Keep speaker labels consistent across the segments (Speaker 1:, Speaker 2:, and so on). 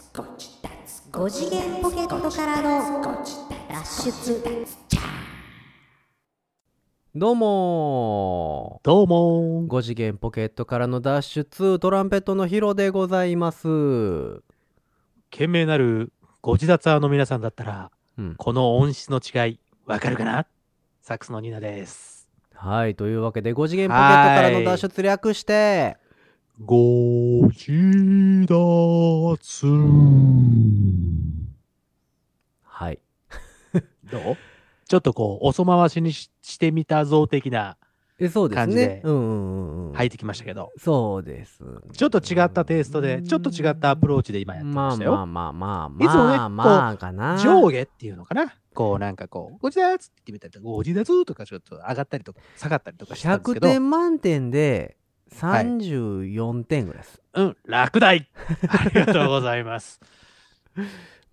Speaker 1: 5次元ポケットからの脱出
Speaker 2: どうも
Speaker 3: どうも
Speaker 2: 5次元ポケットからの脱出トランペットのヒロでございますう
Speaker 3: 懸命なるご自立派の皆さんだったら、
Speaker 2: ん
Speaker 3: この音質の違い、わかるかなサックスのニーナです。
Speaker 2: はいというわけで5次元ポケットからの脱出略して
Speaker 3: ご自立
Speaker 2: はい
Speaker 3: どうちょっとこう、おそ回しにししてみたぞ的な
Speaker 2: えそうです
Speaker 3: 感じ
Speaker 2: ね
Speaker 3: で
Speaker 2: うんうんうんうん
Speaker 3: 入ってきましたけど、
Speaker 2: そうです
Speaker 3: ちょっと違ったテイストで、ちょっと違ったアプローチで今やって
Speaker 2: ま
Speaker 3: ま
Speaker 2: あ
Speaker 3: した
Speaker 2: まあ
Speaker 3: よ。
Speaker 2: まあまあ
Speaker 3: いつもね
Speaker 2: まあまあかな
Speaker 3: 上下っていうのかなこうなんかこう、ご自立って言ってみたりとか、ご自立とかちょっと上がったりとか、下がったりとかしてたんです
Speaker 2: 100
Speaker 3: けど、
Speaker 2: 点満点で
Speaker 3: はい
Speaker 2: 34点ぐらいです、
Speaker 3: うん、落第ありがとうございます。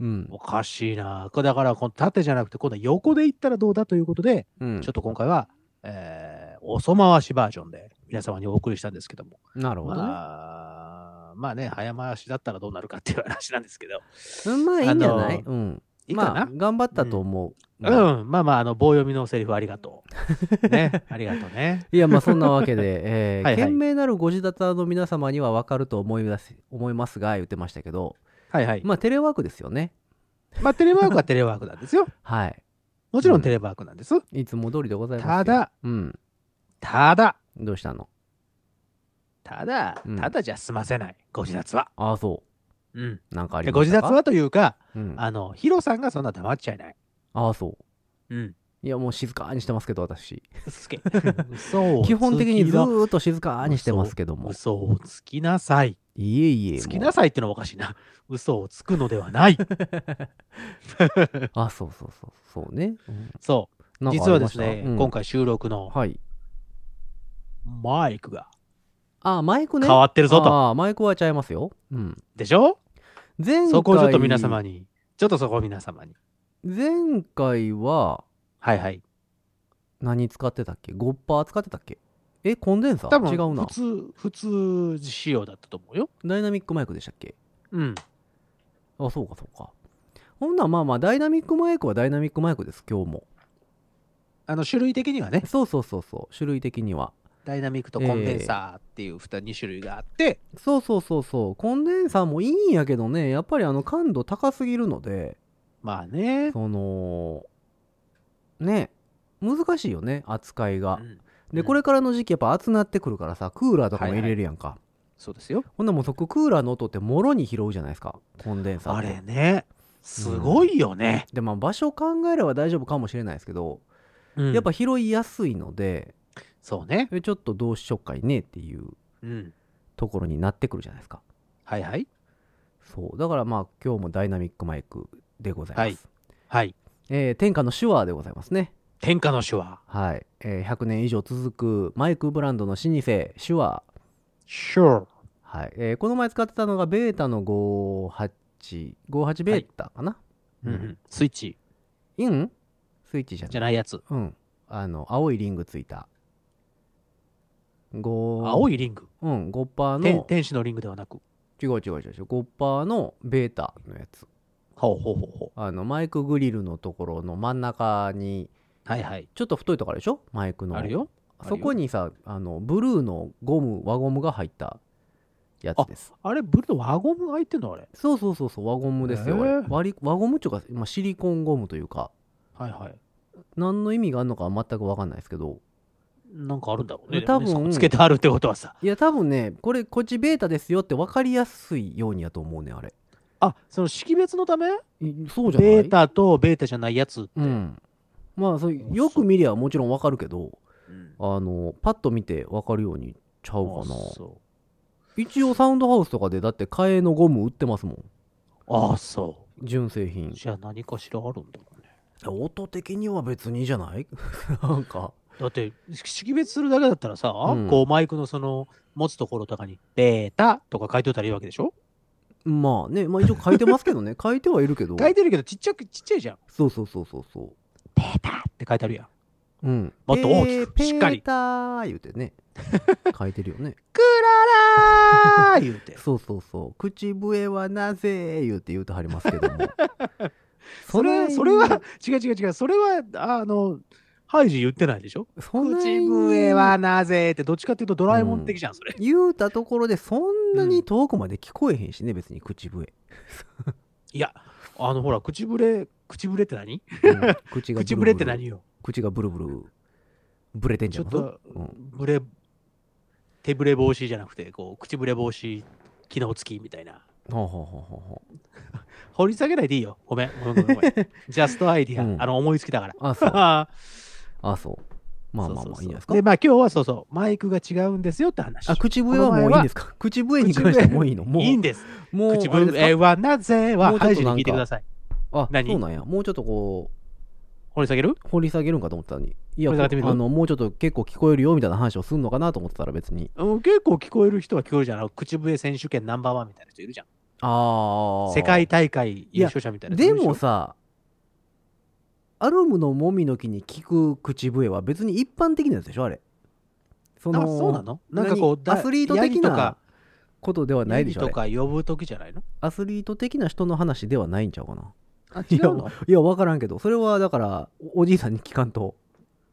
Speaker 2: うん、
Speaker 3: おかしいな。これだから、この縦じゃなくて、今度は横で行ったらどうだということで、
Speaker 2: うん
Speaker 3: ちょっと今回は、えー、おそ回しバージョンで皆様にお送りしたんですけども。
Speaker 2: なるほどね、
Speaker 3: まあ、まあね、早回しだったらどうなるかっていう話なんですけど。
Speaker 2: うんまあいいんじゃない、
Speaker 3: あの
Speaker 2: うん
Speaker 3: いいか
Speaker 2: まあ
Speaker 3: な、
Speaker 2: 頑張ったと思う、
Speaker 3: うん、まあまあ、あの、棒読みのセリフありがとう。 ね、ありがとうね。
Speaker 2: いやまあそんなわけで、 えー
Speaker 3: はいはい
Speaker 2: 懸命なるご自立の皆様には分かると思います思いますが言ってましたけど
Speaker 3: はいはい。
Speaker 2: まあテレワークですよね
Speaker 3: まあ、テレワークはテレワークなんですよ。
Speaker 2: はい
Speaker 3: もちろんテレワークなんです。
Speaker 2: いつも通りでございます
Speaker 3: た
Speaker 2: よ
Speaker 3: だ、
Speaker 2: うん
Speaker 3: ただ、
Speaker 2: どうしたの
Speaker 3: ただ
Speaker 2: うん、
Speaker 3: ただじゃ済ませない。ご自立は。
Speaker 2: ああそ
Speaker 3: うん。
Speaker 2: うなんかあり
Speaker 3: ご
Speaker 2: まし
Speaker 3: 自
Speaker 2: た
Speaker 3: 立
Speaker 2: か
Speaker 3: はというか、
Speaker 2: うん、あ
Speaker 3: あの、ヒロさんがそんな黙っちゃいない。
Speaker 2: あそう
Speaker 3: うん。
Speaker 2: いやもう静かにしてますけど私
Speaker 3: すけ。嘘を
Speaker 2: 基本的にず
Speaker 3: っ
Speaker 2: ーっと静かにしてますけども
Speaker 3: 嘘をつきなさい。
Speaker 2: いえいえもう
Speaker 3: つきなさいってのはおかしいな。嘘をつくのではない。
Speaker 2: あそうそうそうそうね、うん
Speaker 3: そ
Speaker 2: な
Speaker 3: う。
Speaker 2: んか
Speaker 3: 実
Speaker 2: あ
Speaker 3: は
Speaker 2: りま
Speaker 3: で
Speaker 2: し
Speaker 3: す
Speaker 2: た
Speaker 3: ね、
Speaker 2: うん
Speaker 3: 今回収録の
Speaker 2: はい
Speaker 3: マイクが
Speaker 2: あマイクね
Speaker 3: 変わってるぞと。
Speaker 2: ああマイクはちゃいますよ、うん、
Speaker 3: でしょ
Speaker 2: 前回
Speaker 3: そこをちょっと皆様に。ちょっとそこを皆様に。
Speaker 2: 前回は
Speaker 3: はいはい。
Speaker 2: 何使ってたっけゴッパー使ってたっけえコンデンサ
Speaker 3: 多
Speaker 2: ー
Speaker 3: 分
Speaker 2: 違うな
Speaker 3: 普通、普通仕様だったと思うよ。
Speaker 2: ダイナミックマイクでしたっけ
Speaker 3: うん。
Speaker 2: あそうかそうかほんならまあまあダイナミックマイクはダイナミックマイクです今日も
Speaker 3: あの、種類的にはね、
Speaker 2: そうそうそうそう種類的には
Speaker 3: ダイナミックとコンデンサーっていう 2, 2種類があって、
Speaker 2: そうそうそうそうコンデンサーもいいんやけどねやっぱりあの感度高すぎるので
Speaker 3: まあね。
Speaker 2: そのね難しいよね扱いが
Speaker 3: う、ん
Speaker 2: でこれからの時期やっぱ暑なってくるからさクーラーとかも入れるやんか、
Speaker 3: そうですよ。
Speaker 2: ほんならもうそこクーラーの音ってもろに拾うじゃないですかコンデンサー
Speaker 3: あ
Speaker 2: って
Speaker 3: れね、すごいよね。
Speaker 2: でまあ場所考えれば大丈夫かもしれないですけど、や
Speaker 3: や
Speaker 2: っ
Speaker 3: っ
Speaker 2: ぱ
Speaker 3: ぱ
Speaker 2: 拾いやすいので
Speaker 3: そうね。
Speaker 2: えちょっとどうしよっかいねっていう
Speaker 3: うん。
Speaker 2: ところになってくるじゃないですか
Speaker 3: はいはい。
Speaker 2: そうだからまあ今日もダイナミックマイクでございます、
Speaker 3: はいはい。
Speaker 2: えー天下の手話でございますね
Speaker 3: 天下の手話。
Speaker 2: はい、えー100年以上続くマイクブランドの老舗手話、
Speaker 3: Sure。
Speaker 2: はいえーこの前使ってたのがベータの5858ベータかな、
Speaker 3: うんう
Speaker 2: うん
Speaker 3: ん。スイッチ
Speaker 2: インスイッチじゃない
Speaker 3: じゃないやつ。
Speaker 2: うん。あの、青いリングついた。5、
Speaker 3: 青
Speaker 2: い
Speaker 3: いリング。
Speaker 2: うん、5%パー
Speaker 3: 天
Speaker 2: の、
Speaker 3: 天使のリングではなく。
Speaker 2: 違う違う違う違う、5%パーのベータのやつ。
Speaker 3: ほうほうほうほ
Speaker 2: あの、マイクグリルのところの真ん中に、
Speaker 3: う。はいはい。
Speaker 2: ちょっと太いとこあるでしょマイクの。
Speaker 3: あるよ。
Speaker 2: そこにさ、あの、ブルーのゴム、輪ゴムが入ったやつです。
Speaker 3: あれ、ブルーの輪ゴムが入ってんのあれ。
Speaker 2: そうそうそうそう、輪ゴムですよ。あれ
Speaker 3: へえ
Speaker 2: 割り輪ゴムっていうか、まあ、シリコンゴムというか、
Speaker 3: はいはい。
Speaker 2: 何の意味があるのかは全くわかんないですけど、
Speaker 3: なんかあるんだろうね。
Speaker 2: 多分
Speaker 3: でもねそこつけてあるってことはさ。
Speaker 2: いや、多分ね、これ、こっちベータですよって分かりやすいようにやと思うねん、あれ。
Speaker 3: あ、その識別のため
Speaker 2: いそうじゃない
Speaker 3: ベータとベータじゃないやつって。
Speaker 2: うん、まあそうよく見りゃもちろんわかるけど
Speaker 3: うん
Speaker 2: あのパッと見てわかるようにちゃうかな
Speaker 3: あそ
Speaker 2: 一応サウンドハウスとかでだって替えのゴム売ってますもん
Speaker 3: う。あそ
Speaker 2: 純正
Speaker 3: う。
Speaker 2: 品
Speaker 3: じゃあ何かしらあるんだろうね。
Speaker 2: 音的には別にじゃない なんか
Speaker 3: だって識別するだけだったらさ、
Speaker 2: ん
Speaker 3: こうマイクのその持つところとかに「ベータ」とか書いておいたらいいわけでしょ
Speaker 2: まあねまあ一応書いてますけど ね書いてはいるけど
Speaker 3: 書いてるけどちっちゃくちっちゃいじゃん
Speaker 2: そうそうそうそうそ
Speaker 3: 「ベータ」って書いてあるやん
Speaker 2: ううん
Speaker 3: もっと大きく
Speaker 2: ペー
Speaker 3: しっかり
Speaker 2: ペーター言うてね書いてるよね
Speaker 3: 「クラー言うて。
Speaker 2: そうそうそう口笛はなぜ言うて言うてはりますけども
Speaker 3: それ、それは、違う違う違う。それは、あの、ハイジ言ってないでしょ
Speaker 2: そんな
Speaker 3: 口
Speaker 2: に
Speaker 3: 笛はなぜって、どっちかっていうとドラえもん的じゃん、それ。
Speaker 2: 言うたところでそんなに遠くまで聞こえへんしね、別に口 笛、
Speaker 3: いや、あの、ほら、口ぶれ、口ぶれって何
Speaker 2: うん口がブルブル
Speaker 3: 口ぶれって何よ
Speaker 2: 口がブルブルブレてんじ
Speaker 3: ち
Speaker 2: ゃ
Speaker 3: ょ
Speaker 2: ん
Speaker 3: っと、
Speaker 2: うん
Speaker 3: ぶれ、手ぶれ防止じゃなくて、こう、口ぶれ防止、機能付きみたいな。
Speaker 2: ほうほうほうほうほう
Speaker 3: 掘り下げないでいいよ。ごめん、ごめん、ごめんごめ ん。ジャストアイディア、
Speaker 2: うん
Speaker 3: あの、思いつきだから。
Speaker 2: あそう
Speaker 3: ま
Speaker 2: あそうまあまあまあいいんじゃないですか
Speaker 3: で、まあ今日はそうそう、マイクが違うんですよって話。
Speaker 2: あ口笛はもういいんですか口笛に関してはもういいのもう
Speaker 3: いいんです。
Speaker 2: もう
Speaker 3: 口
Speaker 2: あれですか
Speaker 3: 笛はなぜ
Speaker 2: も
Speaker 3: は、
Speaker 2: うちょ
Speaker 3: ハ
Speaker 2: っ
Speaker 3: イ
Speaker 2: と
Speaker 3: ジ
Speaker 2: なんか
Speaker 3: に聞いてください。
Speaker 2: あ
Speaker 3: 何
Speaker 2: そうなんやもうちょっとこ
Speaker 3: 掘り下げる
Speaker 2: う掘り下げるんかと思ってたのにいや
Speaker 3: 掘り下げてみる
Speaker 2: あのもうちょっと結構聞こえるよみたいな話をするのかなと思ってたら別に
Speaker 3: うん結構聞こえる人は聞こえるじゃん。口笛選手権ナンバーワンみたいな人いるじゃん。
Speaker 2: ああ
Speaker 3: 世界大会優勝者みたいな人い
Speaker 2: で
Speaker 3: るしょ
Speaker 2: もさアルムのもみの木に聞く口笛は別に一般的なやつでしょあれそ
Speaker 3: あそうなのなんかこう
Speaker 2: 何アスリート
Speaker 3: だヤギ
Speaker 2: 的
Speaker 3: とか
Speaker 2: なことではないでしょあ
Speaker 3: ヤ
Speaker 2: れ
Speaker 3: ギとか呼ぶ時じゃ ないの
Speaker 2: アスリート的な人の話ではないんちゃうかな
Speaker 3: あ
Speaker 2: いやいや分からんけどそれはだからおおじいさんに聞かんと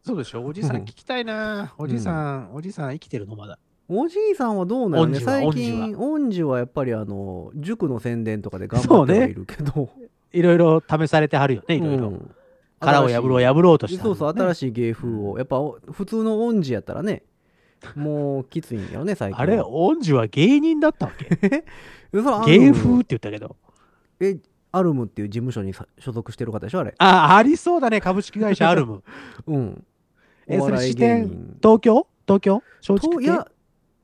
Speaker 3: そうでしょおじさん聞きたいなおじさん、おじさん生きてるのまだ
Speaker 2: おじいさんはどうなのね
Speaker 3: 恩師は
Speaker 2: 最近恩師はやっぱりあの塾の宣伝とかで頑張
Speaker 3: そう
Speaker 2: っ
Speaker 3: ね
Speaker 2: てはいるけど
Speaker 3: いろいろ試されてはるよねいろいろ、
Speaker 2: うん
Speaker 3: 殻を破ろう破ろうとして
Speaker 2: そうそう新
Speaker 3: しい
Speaker 2: しい芸風をやっぱお普通の恩師やったらねもうきついんやよね最近
Speaker 3: あれ恩師は芸人だったわけ
Speaker 2: それアルム
Speaker 3: 芸風って言ったけど
Speaker 2: えアルムっていう事務所にさ所属してる方でしょあれ
Speaker 3: あありそうだね株式会社アルム
Speaker 2: うん
Speaker 3: え
Speaker 2: お笑い
Speaker 3: それ
Speaker 2: 芸
Speaker 3: 支
Speaker 2: 人
Speaker 3: 東京東京松竹
Speaker 2: といや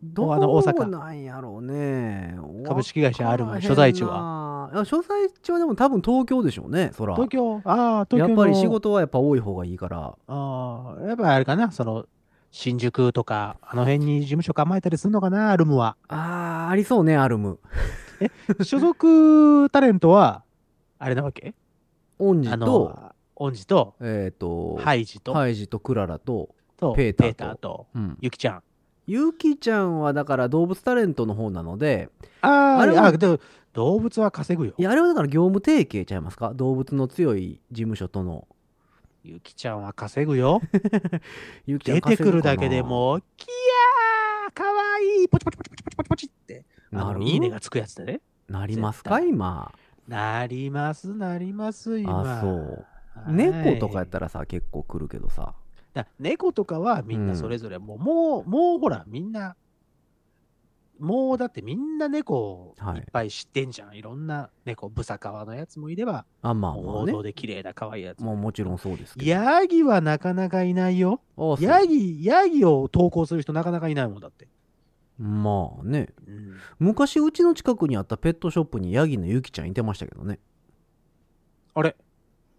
Speaker 2: ど
Speaker 3: あの大阪
Speaker 2: うなんやろうね
Speaker 3: 株式会社アルム
Speaker 2: わからへんな
Speaker 3: 所在地はい
Speaker 2: や所在地はでも多分東京でしょうねそら
Speaker 3: 東京ああ東京
Speaker 2: や
Speaker 3: の
Speaker 2: っぱり仕事はやっぱ多い方がいいから
Speaker 3: ああやっぱあれかなその新宿とかあの辺に事務所構えたりするのかなアルムは
Speaker 2: あーありそうねアルム
Speaker 3: 所属タレントは、あれなわけ
Speaker 2: 恩師
Speaker 3: あ
Speaker 2: と
Speaker 3: の、オンジと、
Speaker 2: えっと
Speaker 3: ハイジと、
Speaker 2: ハイジとクララと
Speaker 3: と
Speaker 2: ペーターと
Speaker 3: と、
Speaker 2: うん
Speaker 3: ユキちゃん。
Speaker 2: ゆきちゃんはだから動物タレントの方なので
Speaker 3: あー
Speaker 2: あれは
Speaker 3: あ、でも動物は稼ぐよ
Speaker 2: い。やあれはだから業務提携ちゃいますか動物の強い事務所との
Speaker 3: ユキちゃんは稼ぐよ。
Speaker 2: ゆきちゃん
Speaker 3: 出てくるだけで
Speaker 2: う
Speaker 3: もう、キヤーかわいいポチポチポチポチポチポチって、
Speaker 2: な
Speaker 3: あ
Speaker 2: る
Speaker 3: のいいねがつくやつだね。
Speaker 2: なりますか
Speaker 3: 絶対
Speaker 2: 今
Speaker 3: なります、なります、今。
Speaker 2: あそう
Speaker 3: はい
Speaker 2: 猫とかやったらさ結構来るけどさ
Speaker 3: だ猫とかはみんなそれぞれもう、もう、もうほら、みんな、もうだってみんな猫を
Speaker 2: はい
Speaker 3: いっぱい知ってんじゃん。い、ろんな猫、ブサカワのやつもいれば、
Speaker 2: あまあま
Speaker 3: 王
Speaker 2: あね
Speaker 3: 道で綺麗な可愛いやつ
Speaker 2: ま
Speaker 3: も。
Speaker 2: あもちろんそうですけど
Speaker 3: ヤギはなかなかいないよ。
Speaker 2: あそう
Speaker 3: ヤギ、ヤギを投稿する人なかなかいないもんだって。
Speaker 2: まあね
Speaker 3: うん
Speaker 2: 昔うちの近くにあったペットショップにヤギのユキちゃんいてましたけどね
Speaker 3: あれ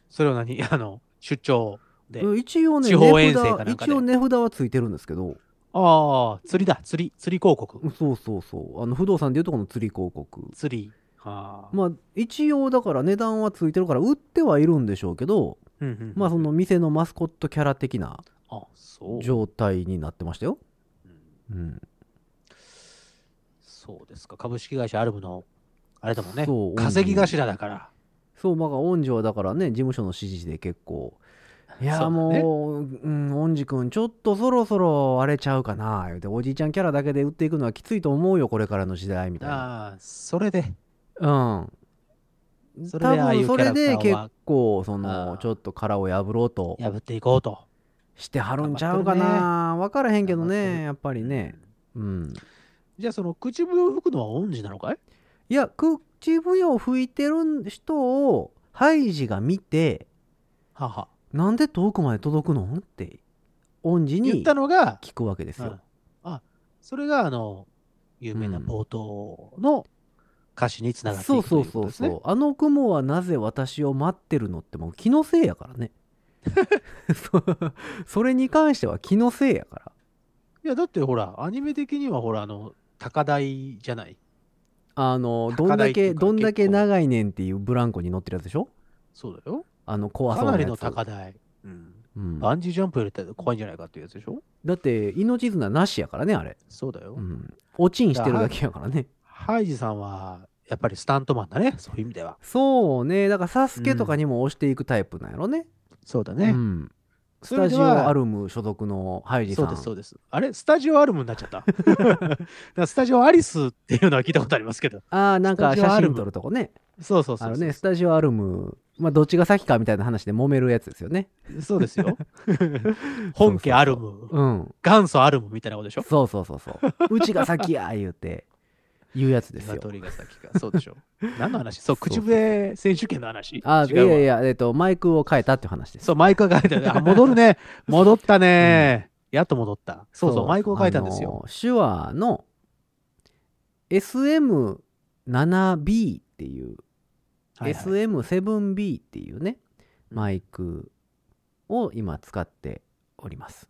Speaker 3: それは何 あの、出張で。
Speaker 2: うん一応ね
Speaker 3: 地方遠征かなんかで
Speaker 2: 値札一応値札はついてるんですけど
Speaker 3: ああ、釣りだ、釣り、釣り広告。
Speaker 2: そうそうそうあの不動産でいうとこの釣り広告
Speaker 3: 釣り。ああ。
Speaker 2: まあ一応だから値段はついてるから売ってはいるんでしょうけど
Speaker 3: うんうん
Speaker 2: まあその店のマスコットキャラ的な
Speaker 3: あ、そう。
Speaker 2: 状態になってましたよ
Speaker 3: うん
Speaker 2: うん
Speaker 3: そうですか、株式会社アルムの、あれだもんね
Speaker 2: そう、
Speaker 3: 稼ぎ頭だから。
Speaker 2: そうまあ恩師はだからね事務所の指示で結構いや
Speaker 3: そうだね
Speaker 2: もう、うん、恩師君ちょっとそろそろ荒れちゃうかな言うておじいちゃんキャラだけで売っていくのはきついと思うよこれからの時代みたいな
Speaker 3: ああ、それで、
Speaker 2: うん
Speaker 3: それ
Speaker 2: 多
Speaker 3: でああ
Speaker 2: 分
Speaker 3: いう
Speaker 2: そ
Speaker 3: キャ
Speaker 2: れ
Speaker 3: ラクター
Speaker 2: で
Speaker 3: は
Speaker 2: 結構そ
Speaker 3: あ
Speaker 2: の
Speaker 3: ー
Speaker 2: ちょっと殻を破ろうと
Speaker 3: 破っていこうと。
Speaker 2: してはるんちゃうかな、分からへんけど
Speaker 3: 頑張って
Speaker 2: ね
Speaker 3: る
Speaker 2: やっぱりね
Speaker 3: うん
Speaker 2: うん
Speaker 3: じゃあ、その口笛を吹くのは恩師なのかい
Speaker 2: いや口笛を吹いてる人をハイジが見て
Speaker 3: はは。
Speaker 2: なんで遠くまで届くのって恩師
Speaker 3: 言っ
Speaker 2: に
Speaker 3: たのが、
Speaker 2: 聞くわけですよ、
Speaker 3: うんあ、それが、あの、有名な冒頭の歌詞につながって
Speaker 2: そ
Speaker 3: いうく
Speaker 2: そ
Speaker 3: といううこ
Speaker 2: そ
Speaker 3: と
Speaker 2: う
Speaker 3: です
Speaker 2: そう、
Speaker 3: ね。
Speaker 2: あの雲はなぜ私を待ってるのってもう気のせいやからね そそれに関しては気のせいやから
Speaker 3: いや、だってほら、アニメ的にはほら、あの、高台じゃない。
Speaker 2: あのど
Speaker 3: 高
Speaker 2: ん
Speaker 3: 台
Speaker 2: だ
Speaker 3: ってい
Speaker 2: け
Speaker 3: うか
Speaker 2: どんだけ
Speaker 3: 結構
Speaker 2: 長いねんっていうブランコに乗ってるやつでしょ
Speaker 3: そうだよ。
Speaker 2: あの怖そ
Speaker 3: か
Speaker 2: うな
Speaker 3: な
Speaker 2: や
Speaker 3: り
Speaker 2: つ
Speaker 3: の高台。うん
Speaker 2: うん
Speaker 3: バンジージャンプより怖いんじゃないかっていうやつでしょ
Speaker 2: だって命綱なしやからねあれ、
Speaker 3: そうだよ。
Speaker 2: うんおちんしてるだけやからね。
Speaker 3: ハイジさんは、やっぱりスタントマンだね、そういう意味では。
Speaker 2: そうね。だから、サスケとかにも押していくタイプなんやろね。
Speaker 3: そうだ
Speaker 2: う
Speaker 3: ね。
Speaker 2: ん。ス
Speaker 3: そういう
Speaker 2: タ
Speaker 3: 意味
Speaker 2: ジ
Speaker 3: で
Speaker 2: オ
Speaker 3: は
Speaker 2: アルム所属のハイジさ
Speaker 3: そ
Speaker 2: ん。
Speaker 3: うです、そうです。あれスタジオアルムになっちゃ った。だからスタジオアリスっていうのは聞いたことありますけど。
Speaker 2: ああ、なんか
Speaker 3: スタジオ
Speaker 2: 写
Speaker 3: アル
Speaker 2: 真
Speaker 3: ム
Speaker 2: 撮るとこね。
Speaker 3: そうそうそうそう。
Speaker 2: あのね、スタジオアルム、まあ、どっちが先かみたいな話で揉めるやつですよね。
Speaker 3: そうで すよ。本家アルム、
Speaker 2: うん。
Speaker 3: 元祖アルムみたいなことでしょ
Speaker 2: そうそうそう そう。うちが先や言うて、言うやつですよ。
Speaker 3: 鶏が先か。そうでしょ。何の話そう、
Speaker 2: そう
Speaker 3: 口笛選手権の話。
Speaker 2: あー
Speaker 3: 違うわ
Speaker 2: いやいや、えっ、と、マイクを変えたっていう話です。
Speaker 3: そう、マイクが変えた。あ、戻 るね。戻ったね。やっと戻った。そうそう、マイクを変えたんです
Speaker 2: あ
Speaker 3: よ。
Speaker 2: の手話の SM7B っていう、
Speaker 3: はいはい
Speaker 2: SM7B っていうね、マイクを今使っております。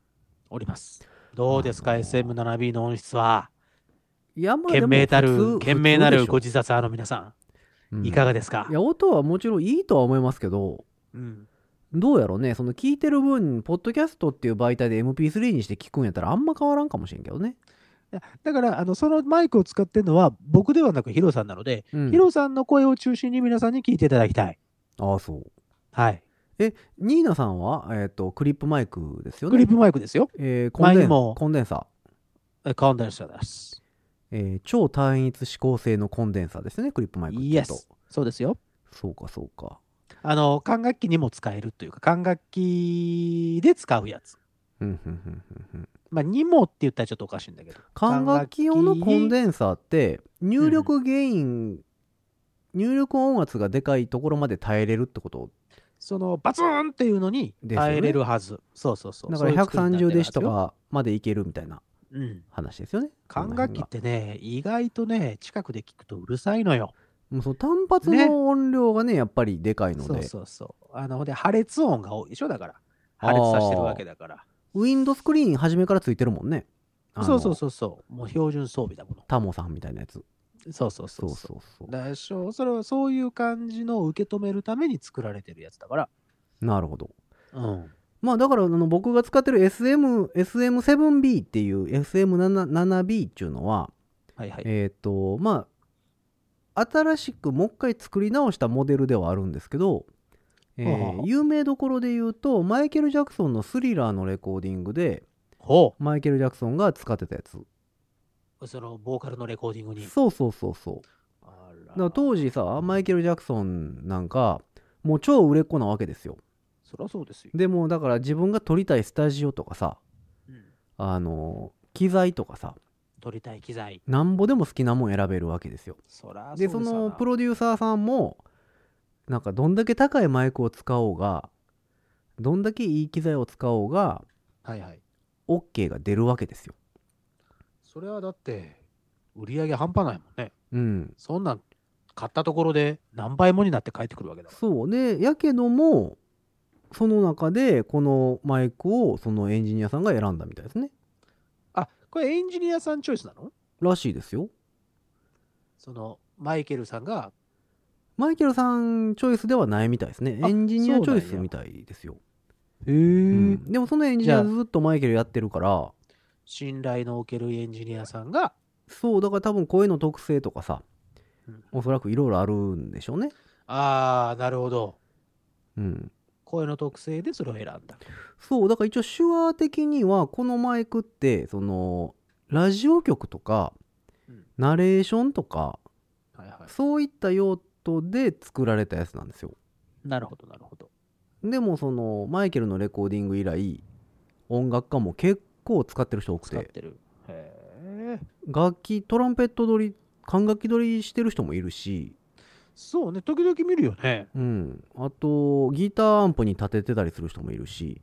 Speaker 3: おります。どうですか、
Speaker 2: あのー
Speaker 3: SM7B の音質は。
Speaker 2: いや、まあで
Speaker 3: 懸
Speaker 2: も
Speaker 3: 命た
Speaker 2: 普通
Speaker 3: る、懸命な
Speaker 2: 普
Speaker 3: る
Speaker 2: 通でしょ
Speaker 3: ご自殺派の皆さ
Speaker 2: うん
Speaker 3: ん、いかがですか
Speaker 2: いや、音はもちろんいいとは思いますけど、
Speaker 3: うん。
Speaker 2: どうやろうね、その聞いてる分、ポッドキャストっていう媒体で MP3 にして聞くんやったらあんま変わらんかもしれんけどね。
Speaker 3: いやだから、あの、そのマイクを使ってるのは、僕ではなくヒロさんなので、
Speaker 2: うん
Speaker 3: ヒロさんの声を中心に皆さんに聞いていただきたい。
Speaker 2: ああ、そう。
Speaker 3: はい。
Speaker 2: ニーナさんは、えっ、と、クリップマイクですよね。
Speaker 3: クリップマイクですよ。
Speaker 2: えーコンデ
Speaker 3: 前に
Speaker 2: ン
Speaker 3: も
Speaker 2: コンデンサ
Speaker 3: えコンデンサーです。
Speaker 2: ー、えー超単一指向性のコンデンサーですねクリップマイクって
Speaker 3: イ
Speaker 2: 言
Speaker 3: エ
Speaker 2: うと
Speaker 3: ス。そうですよ。
Speaker 2: そうかそうか
Speaker 3: あの、管楽器にも使えるというか、管楽器で使うやつ。
Speaker 2: うんうんうんうんうん
Speaker 3: まあ、にもって言ったらちょっとおかしいんだけど。
Speaker 2: 管楽器用のコンデンサーって入力ゲイン、入力音圧がでかいところまで耐えれるってこと
Speaker 3: その、バツンっていうのに
Speaker 2: ですよね
Speaker 3: 耐えれるはず。そうそうそう。
Speaker 2: だから
Speaker 3: そういう作りになっ
Speaker 2: 130
Speaker 3: てる
Speaker 2: デ
Speaker 3: は
Speaker 2: シ
Speaker 3: ず
Speaker 2: と
Speaker 3: よ。
Speaker 2: かまでいけるみたいな
Speaker 3: うん。
Speaker 2: 話ですよね
Speaker 3: 管楽器ってね、意外とね、近くで聞くとうるさいのよ。
Speaker 2: もうその単発
Speaker 3: ね
Speaker 2: の音量がねやっぱりでかいので、
Speaker 3: そうそうそう。あの、ほんで、破裂音が多いでしょ、だから。破裂させてるわけだから。
Speaker 2: ウィンドスクリーン初めからついてるもんねあの
Speaker 3: そうそうそうそう。もう標準装備だもの。
Speaker 2: タモさんみたいなやつ
Speaker 3: そうそうそ
Speaker 2: そうう
Speaker 3: そう。
Speaker 2: そうそう
Speaker 3: だからしょうそれはそういう感じのを受け止めるために作られてるやつだから。
Speaker 2: なるほど
Speaker 3: うん。
Speaker 2: まあだからあの僕が使ってる SM、SM7B っていう SM7B っていうのは、
Speaker 3: はいはい。
Speaker 2: えっ、とまあ新しくもう一回作り直したモデルではあるんですけど、えー
Speaker 3: はあはあ
Speaker 2: 有名どころで言うとマイケル・ジャクソンの「スリラー」のレコーディングで
Speaker 3: ほ
Speaker 2: マイケル・ジャクソンが使ってたやつ
Speaker 3: う。そのボーカルのレコーディングに。
Speaker 2: そうそうそうそう
Speaker 3: あら
Speaker 2: だから当時さマイケル・ジャクソンなんかもう超売れっ子なわけですよ
Speaker 3: そりゃそうですよ。
Speaker 2: でもうだから自分が撮りたいスタジオとかさ
Speaker 3: うん
Speaker 2: あの機材とかさ
Speaker 3: 撮りたい機材。
Speaker 2: なんぼでも好きなもん選べるわけですよ。
Speaker 3: そら
Speaker 2: でそのプ
Speaker 3: ロ。
Speaker 2: ロデューサーさんもなんかどんだけ高いマイクを使おうがどんだけいい機材を使おうが
Speaker 3: はいはい。
Speaker 2: OK が出るわけですよ。
Speaker 3: それはだって、売り上げ半端ないもんね。
Speaker 2: うん、
Speaker 3: そんなん、買ったところで何倍もになって帰ってくるわけだか
Speaker 2: そうねやけどもその中でこのマイクをそのエンジニアさんが選んだみたいですね。
Speaker 3: ら。あ、これエンジニアさんチョイスなの
Speaker 2: らしいですよ。
Speaker 3: その、マイケルさんが、
Speaker 2: マイケルさんチョイスではないみたいですね。
Speaker 3: あ
Speaker 2: エンジニアチョイ
Speaker 3: そ
Speaker 2: ス
Speaker 3: うなんや
Speaker 2: みたいですよ。
Speaker 3: へ
Speaker 2: うんでもそのエンジニアずっとマイケルやってるから
Speaker 3: 信頼のおけるエンジニアさんが、
Speaker 2: そうだから多分声の特性とかさ
Speaker 3: うん
Speaker 2: おそらくいろいろあるんでしょうね。
Speaker 3: あー、なるほど。
Speaker 2: うん、
Speaker 3: 声の特性でそれを選んだ。
Speaker 2: そうだから一応手話的にはこのマイクってそのラジオ局とか
Speaker 3: うん
Speaker 2: ナレーションとか
Speaker 3: はいは
Speaker 2: そういった用途で作られたやつなんですよ。
Speaker 3: い。なるほど、なるほど。
Speaker 2: でもそのマイケルのレコーディング以来音楽家も結構使ってる人多く
Speaker 3: 使っててる。へえ。
Speaker 2: 楽器トランペット取り管楽器取りしてる人もいるし、
Speaker 3: そうね、時々見るよね。
Speaker 2: うん、あとギターアンプに立ててたりする人もいるし。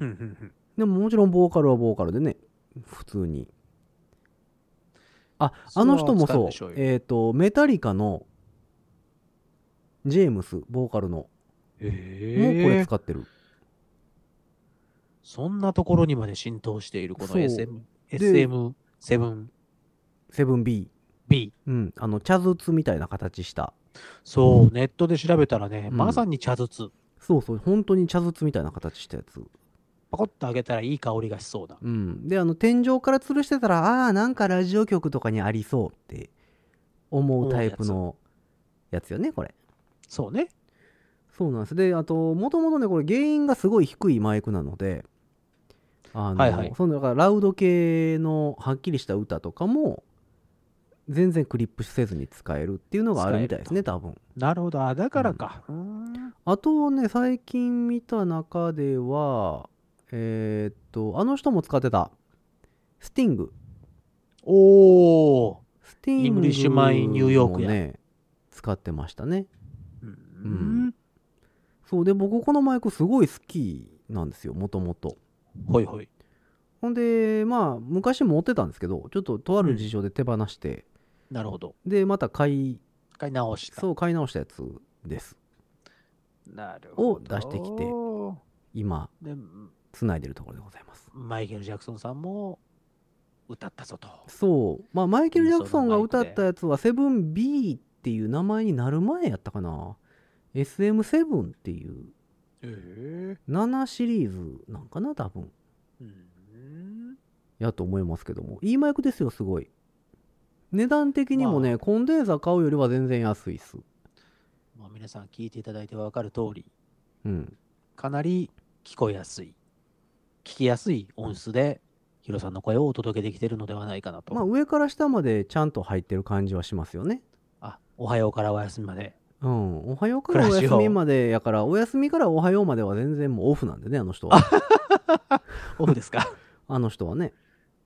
Speaker 3: うんうんうん
Speaker 2: でももちろんボーカルはボーカルでね普通にああの人も
Speaker 3: それ
Speaker 2: そ
Speaker 3: は
Speaker 2: う
Speaker 3: 使うんでしょうよ
Speaker 2: えっ、とメタリカのジェームスボーカルのもうこれ
Speaker 3: え。
Speaker 2: 使ってる、
Speaker 3: そんなところにまで浸透している、こ
Speaker 2: そう
Speaker 3: の SM、
Speaker 2: で
Speaker 3: SM7B。
Speaker 2: 7B うんあの茶筒みたいな形した
Speaker 3: そう、ネットで調べたらね、
Speaker 2: うん
Speaker 3: まさに茶筒。
Speaker 2: そうそう本当に茶筒みたいな形したやつ
Speaker 3: パコッとあげたらいい香りがしそうな。
Speaker 2: うん、であの天井から吊るしてたらあーなんかラジオ局とかにありそうって思うタイプのやつよねこれ
Speaker 3: そうね。
Speaker 2: そうなんですであともともとねこれ原因がすごい低いマイクなのであの、
Speaker 3: はいはい
Speaker 2: そのだからラウド系のはっきりした歌とかも全然クリップせずに使えるっていうのがあるみたいですね多分
Speaker 3: なるほど。あ、だからか。うーん
Speaker 2: あとね最近見た中ではえーっとあの人も使ってたスティング
Speaker 3: おー。
Speaker 2: スティング
Speaker 3: イングリッシュマインニューヨークや
Speaker 2: もね使ってましたね
Speaker 3: うー
Speaker 2: ん
Speaker 3: ん。
Speaker 2: そうで僕このマイクすごい好きなんですよもともと
Speaker 3: ほいほい。
Speaker 2: ほんでまあ昔持ってたんですけどちょっととある事情で手放して、
Speaker 3: なるほど。
Speaker 2: でまた買い
Speaker 3: 買い直した。
Speaker 2: そう買い直したやつです
Speaker 3: なるほ
Speaker 2: を
Speaker 3: ど。
Speaker 2: 出してきて今
Speaker 3: で、
Speaker 2: 繋いでるところでございます
Speaker 3: マイケル・ジャクソンさんも歌ったぞと。
Speaker 2: そうまあマイケル・ジャクソンが歌ったやつは 7B っていう名前になる前やったかな SM7 っていう
Speaker 3: ええ
Speaker 2: 7シリーズなんかな多分
Speaker 3: うん。
Speaker 2: やと思いますけどもいいマイクですよすごい値段的にもね、コンデンサー買うよりは全然安いっす
Speaker 3: まあ、皆さん聞いていただいてわかる通り、
Speaker 2: うん
Speaker 3: かなり聞こえやすい、聞きやすい音質で、ヒロさんの声をお届けできてるのではないかなと。
Speaker 2: まあ上から下までちゃんと入ってる感じはしますよね
Speaker 3: あ、おはようからお休みまで。
Speaker 2: うんおはようからお
Speaker 3: 暮らし
Speaker 2: 休
Speaker 3: を
Speaker 2: みまでやからお休みからおはようまでは全然もうオフなんでねあの人は
Speaker 3: オフですか
Speaker 2: あの人はね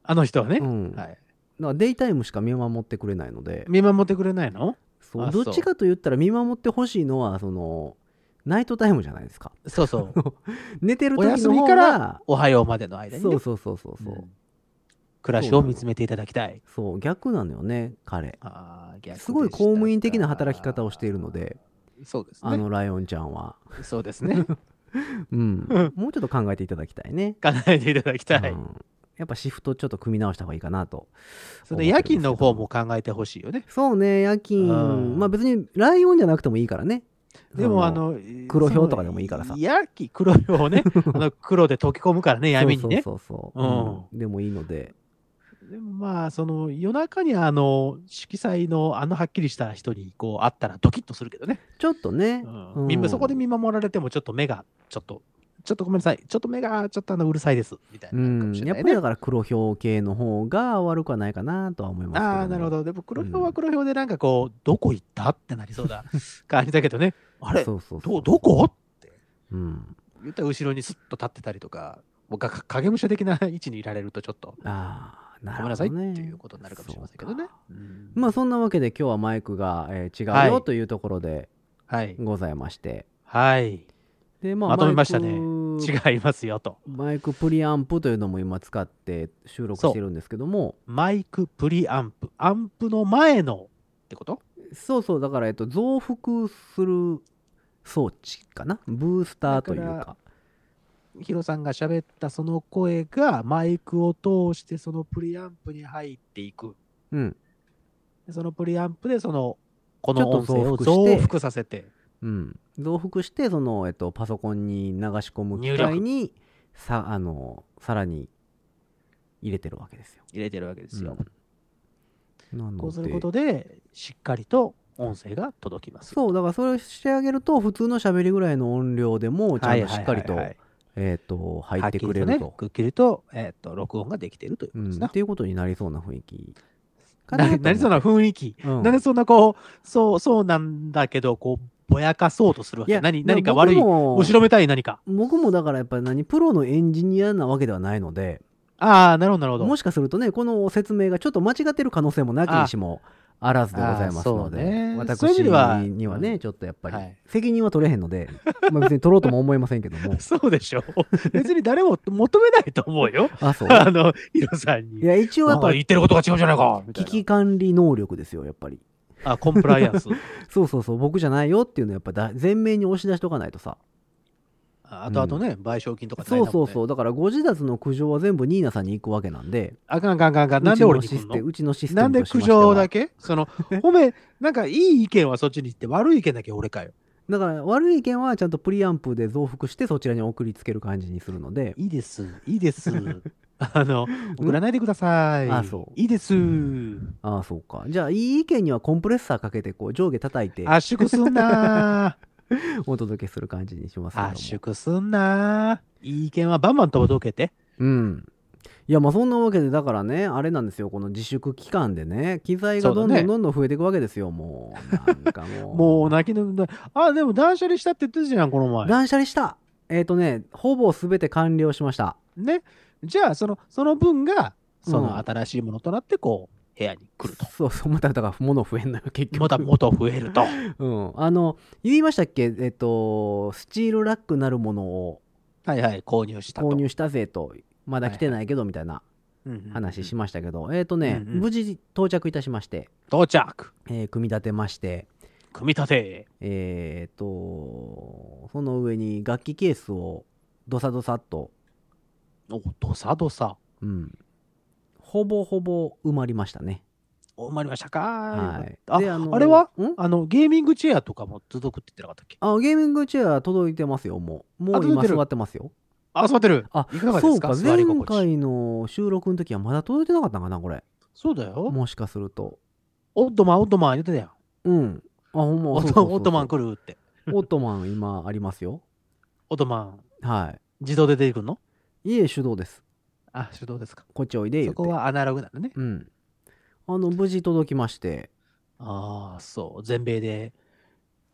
Speaker 3: あの人はね。
Speaker 2: うん、
Speaker 3: はい。
Speaker 2: だからデイタイムしか見守ってくれないので
Speaker 3: 見守ってくれないの
Speaker 2: そう
Speaker 3: あ
Speaker 2: どっちかと言ったら見守ってほしいのはそのナイトタイムじゃないですか
Speaker 3: そうそう。
Speaker 2: 寝てる時
Speaker 3: お休
Speaker 2: の
Speaker 3: み
Speaker 2: 方
Speaker 3: から
Speaker 2: が
Speaker 3: おはようまでの間に、ね。
Speaker 2: そうそうそうそうそう、
Speaker 3: うん暮らしを見つめていただきたい。
Speaker 2: そう逆なのよね彼
Speaker 3: あー逆でしたか
Speaker 2: すごい公務員的な働き方をしているので、
Speaker 3: そうです
Speaker 2: あ
Speaker 3: ね。
Speaker 2: のライオンちゃんは、
Speaker 3: そうですね。
Speaker 2: うん、もうちょっと考えていただきたいね、
Speaker 3: 叶えていただきたい。
Speaker 2: うんやっぱシフトちょっと組み直した方がいいかなと
Speaker 3: それで夜勤の方も考えてほしいよね。
Speaker 2: そうね夜勤
Speaker 3: うん
Speaker 2: まあ別にライオンじゃなくてもいいからね
Speaker 3: でもあの、
Speaker 2: 黒豹とかでもいいからさ
Speaker 3: その夜勤、黒豹を ね、あの黒で溶け込むからね、
Speaker 2: その
Speaker 3: 闇にね。
Speaker 2: そうそうそう、うん
Speaker 3: う
Speaker 2: でもいいので
Speaker 3: でもまあ、その夜中にあの、色彩のあのはっきりした人にこう会ったらドキッとするけどね。
Speaker 2: ちょっとね、
Speaker 3: うんみんなそこで
Speaker 2: うん
Speaker 3: 見守られてもちょっと目が、ちょっと、ちょっとごめんなさい。ちょっと目が、ちょっとあの、うるさいです。みたいうな、かも
Speaker 2: ん、
Speaker 3: しれ
Speaker 2: やっ
Speaker 3: ない
Speaker 2: ぱり
Speaker 3: ね
Speaker 2: だから黒豹系の方が悪くはないかなとは思いますけど、ね、
Speaker 3: ああ、なるほど。でも黒豹は黒豹でなんかこう、どこ行ったってなりそうな感じだけどね。あれ
Speaker 2: そうそうそう
Speaker 3: ど、どこ
Speaker 2: うん、
Speaker 3: 言ったら後ろにスッと立ってたりとか、もうがか影武者的な位置にいられるとちょっと、
Speaker 2: ああなるほ
Speaker 3: ごめんな
Speaker 2: ど
Speaker 3: さ
Speaker 2: ね
Speaker 3: いっていうことになるかもしれませんけどね
Speaker 2: そうか。
Speaker 3: うん
Speaker 2: まあそんなわけで今日はマイクが、えー違うよ、
Speaker 3: はい
Speaker 2: というところで
Speaker 3: はい。
Speaker 2: ございまして
Speaker 3: はい。
Speaker 2: で、まあ、
Speaker 3: まとめましたね
Speaker 2: マイク
Speaker 3: 違いますよと。
Speaker 2: マイクプリアンプというのも今使って収録してるんですけども
Speaker 3: マイクプリアンプ。アンプの前のってこと
Speaker 2: そうそうだから、えっと、増幅する装置かなブースターという
Speaker 3: だ
Speaker 2: か
Speaker 3: かヒロさんが喋ったその声がマイクを通してそのプリアンプに入っていく。
Speaker 2: うん
Speaker 3: でそのプリアンプでその、こ
Speaker 2: ち
Speaker 3: の
Speaker 2: ょっ
Speaker 3: 音
Speaker 2: と
Speaker 3: 声を
Speaker 2: 増幅して
Speaker 3: 増幅させて。
Speaker 2: うん増幅してその、えっと、パソコンに流し込む機械にさあのさらに入れてるわけですよ。
Speaker 3: 入れてるわけですよ。
Speaker 2: うんなので
Speaker 3: こうすることで、しっかりと音声が届きます。
Speaker 2: そうだからそれをしてあげると普通のしゃべりぐらいの音量でもちゃんとしっかりと,、
Speaker 3: はいはいはいはい
Speaker 2: えー、と入ってくれると
Speaker 3: はっきりね、くっきりと、えーっと、録音ができているというこ
Speaker 2: う
Speaker 3: とです
Speaker 2: ん、
Speaker 3: ね
Speaker 2: っ。ていうことになりそうな雰囲気か
Speaker 3: な なりそうな雰囲気。なんでそんなこう、そう、そうなんだけど、こう、ぼやかそうとするわけ。何、何か悪い、
Speaker 2: 面
Speaker 3: 後ろめたい何か。
Speaker 2: 僕もだからやっぱり何プロのエンジニアなわけではないので
Speaker 3: ああ、なるほど、なるほど。
Speaker 2: もしかするとねこの説明がちょっと間違ってる可能性もなきにしもあらずでございますので、
Speaker 3: あーそうね
Speaker 2: 私
Speaker 3: そういう意味では
Speaker 2: には
Speaker 3: う
Speaker 2: ね
Speaker 3: ん
Speaker 2: ちょっとやっぱり
Speaker 3: はい
Speaker 2: 責任は取れへんので、 まあ別に取ろうとも思いませんけど も
Speaker 3: そうでしょう。別に誰も求めないと思う よ。
Speaker 2: あそう
Speaker 3: あの、ヒロさんに。
Speaker 2: いや一応や
Speaker 3: なん
Speaker 2: っ
Speaker 3: か
Speaker 2: ぱ
Speaker 3: 言ってることが違うじゃない かみたい
Speaker 2: 危
Speaker 3: な
Speaker 2: 機管理能力ですよやっぱり
Speaker 3: あ、コンプライアンス。
Speaker 2: そうそうそう僕じゃないよっていうのをやっぱだ前面に押し出しとかないとさ、
Speaker 3: ああとあとね、賠償金とか
Speaker 2: そ
Speaker 3: 大変
Speaker 2: う
Speaker 3: だ
Speaker 2: そ
Speaker 3: もん
Speaker 2: う
Speaker 3: ね
Speaker 2: そうだからご自宅の苦情は全部ニーナさんに行くわけなんで
Speaker 3: あかんあかんあかんあかん。なんで俺
Speaker 2: う
Speaker 3: に
Speaker 2: ちの
Speaker 3: 来
Speaker 2: シス
Speaker 3: んの
Speaker 2: テムうちのシステム
Speaker 3: なんで
Speaker 2: としま
Speaker 3: 苦
Speaker 2: しては
Speaker 3: 情だけその、褒め、なんかいい意見はそっちに行って、悪い意見だけ俺かよ。
Speaker 2: だから悪い意見はちゃんとプリアンプで増幅してそちらに送りつける感じにするので
Speaker 3: いいです、いいです。 あの、送らないでください。
Speaker 2: あそう
Speaker 3: いいです。
Speaker 2: ああそうかじゃあいい意見にはコンプレッサーかけてこう上下叩いて
Speaker 3: 圧縮す んな
Speaker 2: お届けする感じにしますけども
Speaker 3: ー。圧縮すんなー。いい意見はバンバンと届けて。
Speaker 2: うんいやまあそんなわけでだからねあれなんですよこの自粛期間でね機材がどん
Speaker 3: そう
Speaker 2: ど
Speaker 3: だ
Speaker 2: ん
Speaker 3: ね
Speaker 2: どんどん増えていくわけですよもうなんかもう
Speaker 3: もう泣きのむ。あ、でも断捨離したって言ってたじゃん、この前。
Speaker 2: 断捨離したえっ、とねほぼ全て完了しました
Speaker 3: ね。じゃあ、その、その分が、そうの
Speaker 2: ん
Speaker 3: 新しいものとなって、こう、部屋に来る と。
Speaker 2: そうそうまただから物増え んのよ結局
Speaker 3: また元増えると。は
Speaker 2: うん、あの言いましたっけ、えっと、スチールラックなるものを
Speaker 3: いはい、購入したと。
Speaker 2: 購入したぜと、まだ来てないけどみたいな話し
Speaker 3: ま
Speaker 2: ましたけど、えっ、とね、
Speaker 3: うんうん
Speaker 2: 無事到着いたしまして、
Speaker 3: 到着。
Speaker 2: えー組み立てまして、
Speaker 3: 組み立て。
Speaker 2: えっ、と、その上に楽器ケースをどさどさっと、
Speaker 3: お、どさどさ。
Speaker 2: うん、ほぼほぼ埋まりましたね。
Speaker 3: お、埋まりましたか
Speaker 2: は
Speaker 3: ー
Speaker 2: い、
Speaker 3: あ、
Speaker 2: での
Speaker 3: あれは
Speaker 2: ん
Speaker 3: あの、ゲーミングチェアとかも届くって言ってなかったっけ
Speaker 2: あゲーミングチェア届いてますよ、もう。も
Speaker 3: あ
Speaker 2: う
Speaker 3: 届い
Speaker 2: 今
Speaker 3: てる
Speaker 2: 座ってますよ。
Speaker 3: あ、座ってる。
Speaker 2: あ
Speaker 3: いかがで
Speaker 2: そう
Speaker 3: すか
Speaker 2: か、
Speaker 3: 座
Speaker 2: 前
Speaker 3: り心地。
Speaker 2: 回の収録の時はまだ届いてなかったのかな、これ。
Speaker 3: そうだよ。
Speaker 2: もしかすると。
Speaker 3: オットマン、オットマン言ってたやん。
Speaker 2: うん。あ、ほんま。
Speaker 3: オ
Speaker 2: そう
Speaker 3: ッ
Speaker 2: そうそう
Speaker 3: ト
Speaker 2: そう
Speaker 3: オットマン来るって。
Speaker 2: オットマン今ありますよ。
Speaker 3: オットマン、
Speaker 2: は
Speaker 3: 自動で出てくるの
Speaker 2: い。いえ、手動です。
Speaker 3: あ、手動ですか。
Speaker 2: こっちおいで言
Speaker 3: そう
Speaker 2: て。
Speaker 3: こはアナログなのね。
Speaker 2: うん。あの、無事届きまして。
Speaker 3: ああ、そう。全米で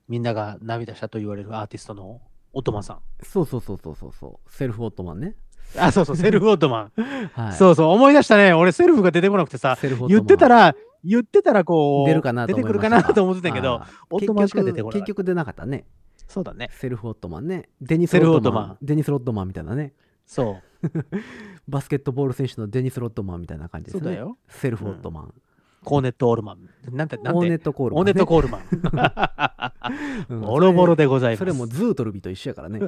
Speaker 3: みんなが涙したと言われるアーティストのオットマンさん。
Speaker 2: そうそうそうそうそうそう。セルフオットマンね。
Speaker 3: あ、そう そう、セルフオットマン。
Speaker 2: はい。
Speaker 3: そうそう、思い出したね。俺、セルフが出てこなくてさ、
Speaker 2: セルフオットマ
Speaker 3: 言
Speaker 2: ン。
Speaker 3: ってたら、言ってたらこう、
Speaker 2: 出るかなと
Speaker 3: 出
Speaker 2: 思
Speaker 3: て
Speaker 2: いま
Speaker 3: く
Speaker 2: した
Speaker 3: る
Speaker 2: が
Speaker 3: かなと思ってたけど、
Speaker 2: あー、
Speaker 3: オットマンしか出てこな
Speaker 2: 結局結
Speaker 3: い
Speaker 2: 局出なかったね。
Speaker 3: そうだね。
Speaker 2: セルフオットマンね。デニス・
Speaker 3: セルフ
Speaker 2: ロッ
Speaker 3: オット
Speaker 2: ト
Speaker 3: マン
Speaker 2: マン。デニス・ロットマンみたいなね。
Speaker 3: そ
Speaker 2: バスケットボール選手のデニス・ロットマンみたいな感じで
Speaker 3: う。そう
Speaker 2: す
Speaker 3: だ
Speaker 2: ね。
Speaker 3: よ。
Speaker 2: セルフオットマン。
Speaker 3: コーネット・オールマン。なんて、なん
Speaker 2: オーネ
Speaker 3: て
Speaker 2: ッ。ト・コール
Speaker 3: オ
Speaker 2: マ
Speaker 3: ー
Speaker 2: ン
Speaker 3: ネ
Speaker 2: ね、
Speaker 3: ット・コールマン。
Speaker 2: うん
Speaker 3: ボロボロでございます。
Speaker 2: それもズートルビと一緒やからね。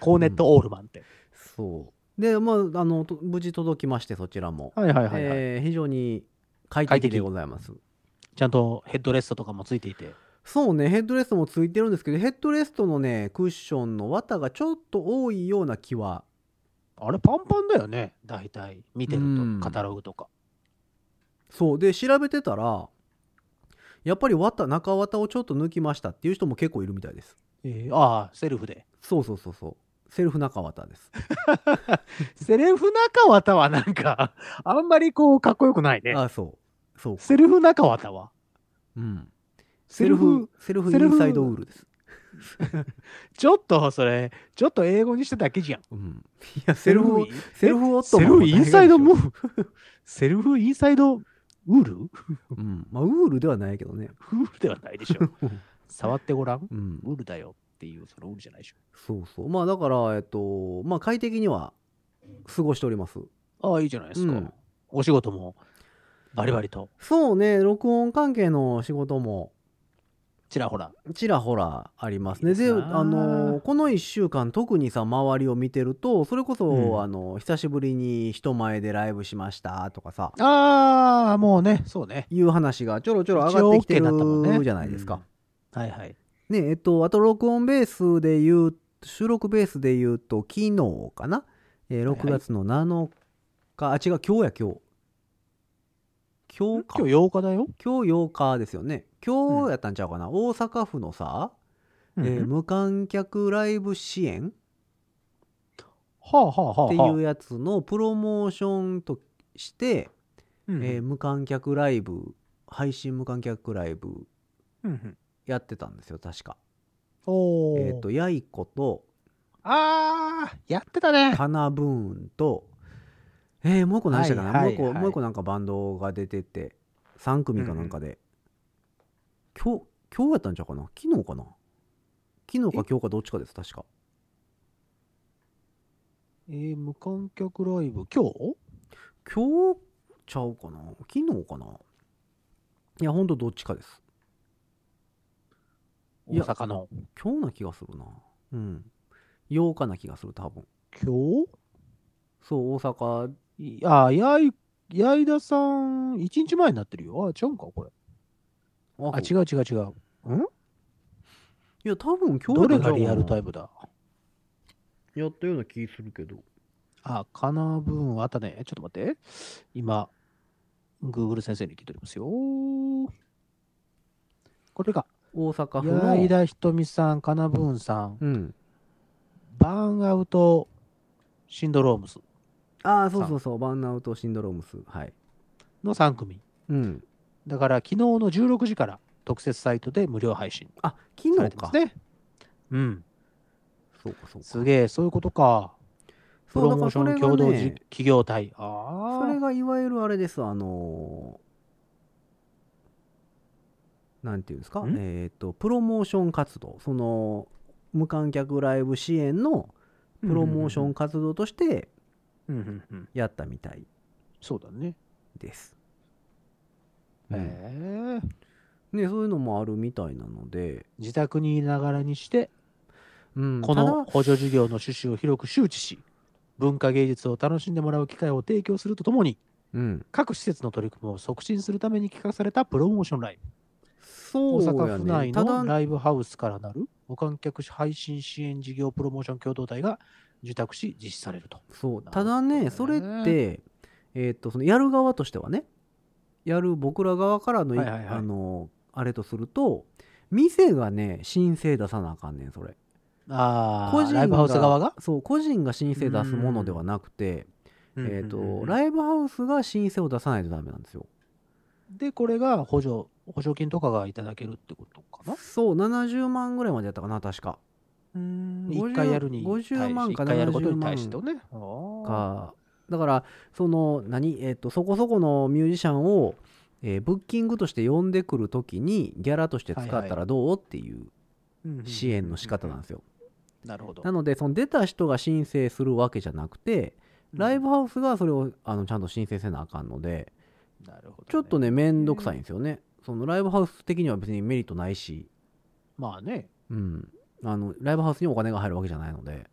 Speaker 3: コーネット・オールマンって。
Speaker 2: そう。で、まあ、あの、と無事届きまして、そちらも。
Speaker 3: はいはい
Speaker 2: えー非常に快
Speaker 3: 快
Speaker 2: 適
Speaker 3: 適
Speaker 2: でございます。
Speaker 3: ちゃんとヘッドレストとかもついていて。
Speaker 2: そうね、ヘッドレストもついてるんですけど、ヘッドレストのね、クッションの綿がちょっと多いような気は。
Speaker 3: あれパンパンだよね。大体。見てる
Speaker 2: うん
Speaker 3: と、カタログとか。
Speaker 2: そう。で、調べてたら、やっぱり綿、中綿をちょっと抜きましたっていう人も結構いるみたいです。
Speaker 3: えーああ、セルフで。
Speaker 2: そうそうそうそう。セルフ中綿です。
Speaker 3: セルフ中綿はなんか、 あんまりこう、かっこよくないね。
Speaker 2: あ、そう。そう。
Speaker 3: セルフ中綿は。
Speaker 2: うん。
Speaker 3: セルフ、、
Speaker 2: セルフイ
Speaker 3: セル
Speaker 2: ン
Speaker 3: フ
Speaker 2: サイドウールです。
Speaker 3: ちょっとそれ、ちょっと英語にしてただけじゃん。
Speaker 2: うん。いや、セルフ、セルフオット
Speaker 3: セ
Speaker 2: マン
Speaker 3: ル
Speaker 2: も
Speaker 3: フ
Speaker 2: 大概
Speaker 3: イン
Speaker 2: でしょ
Speaker 3: サイドムーブ。 セルフインサイドウール ウ
Speaker 2: うん、まあウールではないけどね、
Speaker 3: ールではないで しょ。触ってごらん。
Speaker 2: うん、
Speaker 3: ウールだよっていう、そのウールじゃないでしょ。
Speaker 2: そうそうまあだからえっとまあ快適には過ごしております
Speaker 3: ああ、いいじゃないですか。
Speaker 2: うん
Speaker 3: お仕事もバリバリと、
Speaker 2: そうね録音関係の仕事も
Speaker 3: ちらほら。
Speaker 2: ちらほらあります
Speaker 3: い
Speaker 2: ね
Speaker 3: いで
Speaker 2: です
Speaker 3: なあ
Speaker 2: あのこの1週間特にさ周りを見てるとそれこそ、
Speaker 3: うん
Speaker 2: あの久しぶりに人前でライブしましたとかさ
Speaker 3: ああ、もうね、そうね。
Speaker 2: いう話がちょろちょろ上がってきて
Speaker 3: 一応 OK になったもんね
Speaker 2: るじゃないですか、
Speaker 3: はいはい。
Speaker 2: ねえっとあと録音ベースで言う収録ベースで言うと昨日かな、えー
Speaker 3: はいはい
Speaker 2: 6月の7日、あ違う今日や今日今日か
Speaker 3: 今日8日だよ。
Speaker 2: 今日8日ですよね今日やったんちゃうかな、大阪府のさ、えー
Speaker 3: うん
Speaker 2: 無観客ライブ支援
Speaker 3: はあはあはあはあ。
Speaker 2: っていうやつのプロモーションとして、
Speaker 3: うん
Speaker 2: えー無観客ライブ配信無観客ライブ
Speaker 3: うんうん
Speaker 2: やってたんですよ確か
Speaker 3: おー
Speaker 2: えっ、とやいこと
Speaker 3: ああ、やってたね。
Speaker 2: カナブーンと、えーもう一個何でしたかな、
Speaker 3: はいはい
Speaker 2: もう一
Speaker 3: は
Speaker 2: 個、
Speaker 3: い
Speaker 2: もう一個なんかバンドが出てて、3組かなんかで、今日、今日やったんちゃうかな昨日かな昨日か今日かどっちかです、確か。
Speaker 3: えー無観客ライブ、今日
Speaker 2: 今日ちゃうかな昨日かないや、ほんとどっちかです。い
Speaker 3: 大
Speaker 2: や
Speaker 3: 阪の。
Speaker 2: 今日な気がするな。うん。8日な気がする、多分。
Speaker 3: 今
Speaker 2: そう、大阪、
Speaker 3: 日いああ、やい、矢井田さん、一日前になってるよ。ああ、違うんか、これ。
Speaker 2: あ
Speaker 3: あ、違う違う違う。ん
Speaker 2: いや、多分今日
Speaker 3: どれがリアルタイムだ
Speaker 2: やったような気するけど。
Speaker 3: あ、かなぶんはあったね。ちょっと待って。今、Google 先生に聞いておりますよ。これが、
Speaker 2: 大阪府の。
Speaker 3: 矢井田ひとみさん、かなぶんさん、
Speaker 2: うん。
Speaker 3: バーンアウトシンドロームス
Speaker 2: ああ、そうそうそう。バーンアウトシンドロームス。はい。
Speaker 3: の3組。
Speaker 2: うん。
Speaker 3: だから、昨日の16時から特設サイトで無料配信
Speaker 2: あ、
Speaker 3: さ
Speaker 2: 昨
Speaker 3: れ
Speaker 2: 日
Speaker 3: てま
Speaker 2: か
Speaker 3: す。ね。うん。
Speaker 2: そうか、そうか。
Speaker 3: すげえ、そういうことか。プ
Speaker 2: そう
Speaker 3: ロモーション共同事企業体。あ
Speaker 2: そ
Speaker 3: あ。
Speaker 2: れがいわゆるあれです、あのーなんていうんですか、
Speaker 3: ん
Speaker 2: えっ、と、プロモーション活動、その、無観客ライブ支援のプロモーション活動として
Speaker 3: うんうんうん、
Speaker 2: やったみたい
Speaker 3: そうだね。
Speaker 2: です。
Speaker 3: へ
Speaker 2: うん
Speaker 3: え
Speaker 2: ね、そういうのもあるみたいなので、
Speaker 3: 自宅にいながらにして、
Speaker 2: うん、
Speaker 3: こ
Speaker 2: ただ
Speaker 3: の補助事業の趣旨を広く周知し、文化芸術を楽しんでもらう機会を提供するとともに、
Speaker 2: うん、
Speaker 3: 各施設の取り組みを促進するために企画されたプロモーションライブ。
Speaker 2: そ
Speaker 3: 大
Speaker 2: うや
Speaker 3: 阪府
Speaker 2: ね
Speaker 3: 内
Speaker 2: た
Speaker 3: の
Speaker 2: だ、
Speaker 3: ライブハウスからなる無観客配信支援事業プロモーション共同体が受託し実施されると。
Speaker 2: そう、
Speaker 3: なるほどね
Speaker 2: ただね、それって、えっ、と、そのやる側としてはね、やる僕ら側からのい、
Speaker 3: はいはいはい
Speaker 2: あの、あれとすると、店がね、申請出さなあかんねん、それ。
Speaker 3: あ
Speaker 2: 個
Speaker 3: あ、
Speaker 2: 人
Speaker 3: ライブハウス側が、
Speaker 2: そう、個人が申請出すものではなくて、えっ、と、ライブハウスが申請を出さないとダメなんですよ。
Speaker 3: で、これが補助、補助金とかがいただけるってことかな。
Speaker 2: そう、70万ぐらいまでやったかな、確か。
Speaker 3: 一回やるに対し
Speaker 2: 50万か
Speaker 3: 一回やること
Speaker 2: 70
Speaker 3: に
Speaker 2: 万
Speaker 3: 対してね。あ
Speaker 2: かだからその何えっ、とそこそこのミュージシャンを、えーブッキングとして呼んでくるときにギャラとして使
Speaker 3: はい
Speaker 2: った
Speaker 3: は
Speaker 2: らどうっていう
Speaker 3: ー
Speaker 2: 支援の仕方なんですよ。
Speaker 3: なるほど。
Speaker 2: なのでその出た人が申請するわけじゃなくてライブハウスがそれをあのちゃんと申請せなあかんので
Speaker 3: なるほど
Speaker 2: ちょっと。ねめんどくさいんですよね。そのライブハウス的には別にメリットないし、
Speaker 3: まあね、
Speaker 2: うん、あのライブハウスにお金が入るわけじゃないので。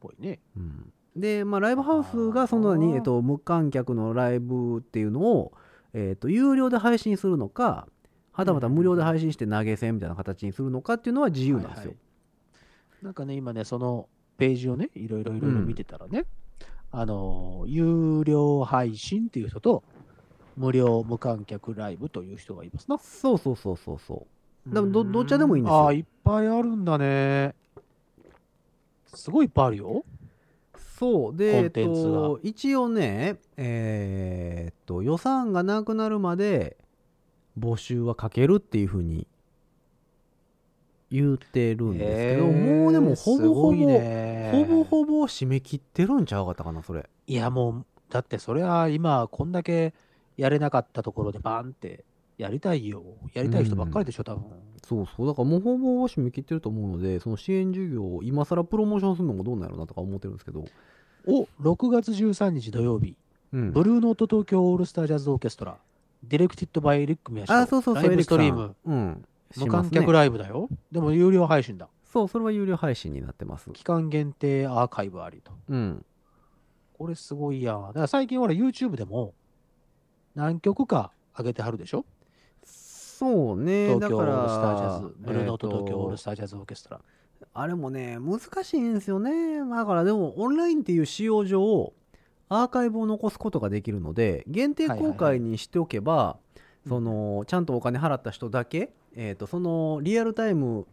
Speaker 3: ぽいね。
Speaker 2: うんで、まあ、ライブハウスがその
Speaker 3: あ
Speaker 2: に、
Speaker 3: ー
Speaker 2: えっと、無観客のライブっていうのを、えっと、有料で配信するのかはたまた無料で配信して投げ銭みたいな形にするのかっていうのは自由なんですよ。
Speaker 3: はいはいなんかね、今ね、そのページをね、いろいろいろいろ見てたらね、あのー、有料配信っていう人と、無料無観客ライブという人がいますな。
Speaker 2: そうそうそうそうそう。でもどどっちでもいいんですよ
Speaker 3: ああー、いっぱいあるんだね。すごいいっぱいあるよ。
Speaker 2: そうで、えっ
Speaker 3: コンテンツが
Speaker 2: と、一応ね、えーっと予算がなくなるまで募集はかけるっていうふうに言ってるんですけど、
Speaker 3: へー
Speaker 2: もうでもほぼほぼ、
Speaker 3: すごいね
Speaker 2: ほぼほぼ締め切ってるんちゃうかったかなそれ。
Speaker 3: いやもう、だってそれは今、こんだけやれなかったところでバーンってやりたいよ。やりたい人ばっかりでしょ、多分。
Speaker 2: そうそうだからもうほぼ締め切ってると思うのでその支援事業を今更プロモーションするのもどうなんやろうなとか思ってるんですけど、
Speaker 3: お、6月13日土曜日、
Speaker 2: うん
Speaker 3: ブルーノート東京オールスタージャズオーケストラ、ディレクティッドバイエリック・ミヤシ
Speaker 2: あそうそうそう
Speaker 3: ライブストリー
Speaker 2: エリック
Speaker 3: ム、
Speaker 2: さんうん
Speaker 3: 無
Speaker 2: します
Speaker 3: 観
Speaker 2: ね
Speaker 3: 客ライブだよ。でも有料配信だ。
Speaker 2: そうそれは有料配信になってます
Speaker 3: 期間限定アーカイブありと。
Speaker 2: うん
Speaker 3: これすごいやん。だから最近ほら YouTube でも何曲か上げてはるでしょ
Speaker 2: そうね
Speaker 3: 東
Speaker 2: だ
Speaker 3: 京オ
Speaker 2: から
Speaker 3: ールスタージャズ、ブルーノート東京オール
Speaker 2: えー
Speaker 3: スタージャズオーケストラ。
Speaker 2: とあれもね難しいんですよねまあだからでもオンラインっていう仕様上アーカイブを残すことができるので限定公開にしておけば、そのちゃんとお金払った人だけ、えー、とそのリアルタイム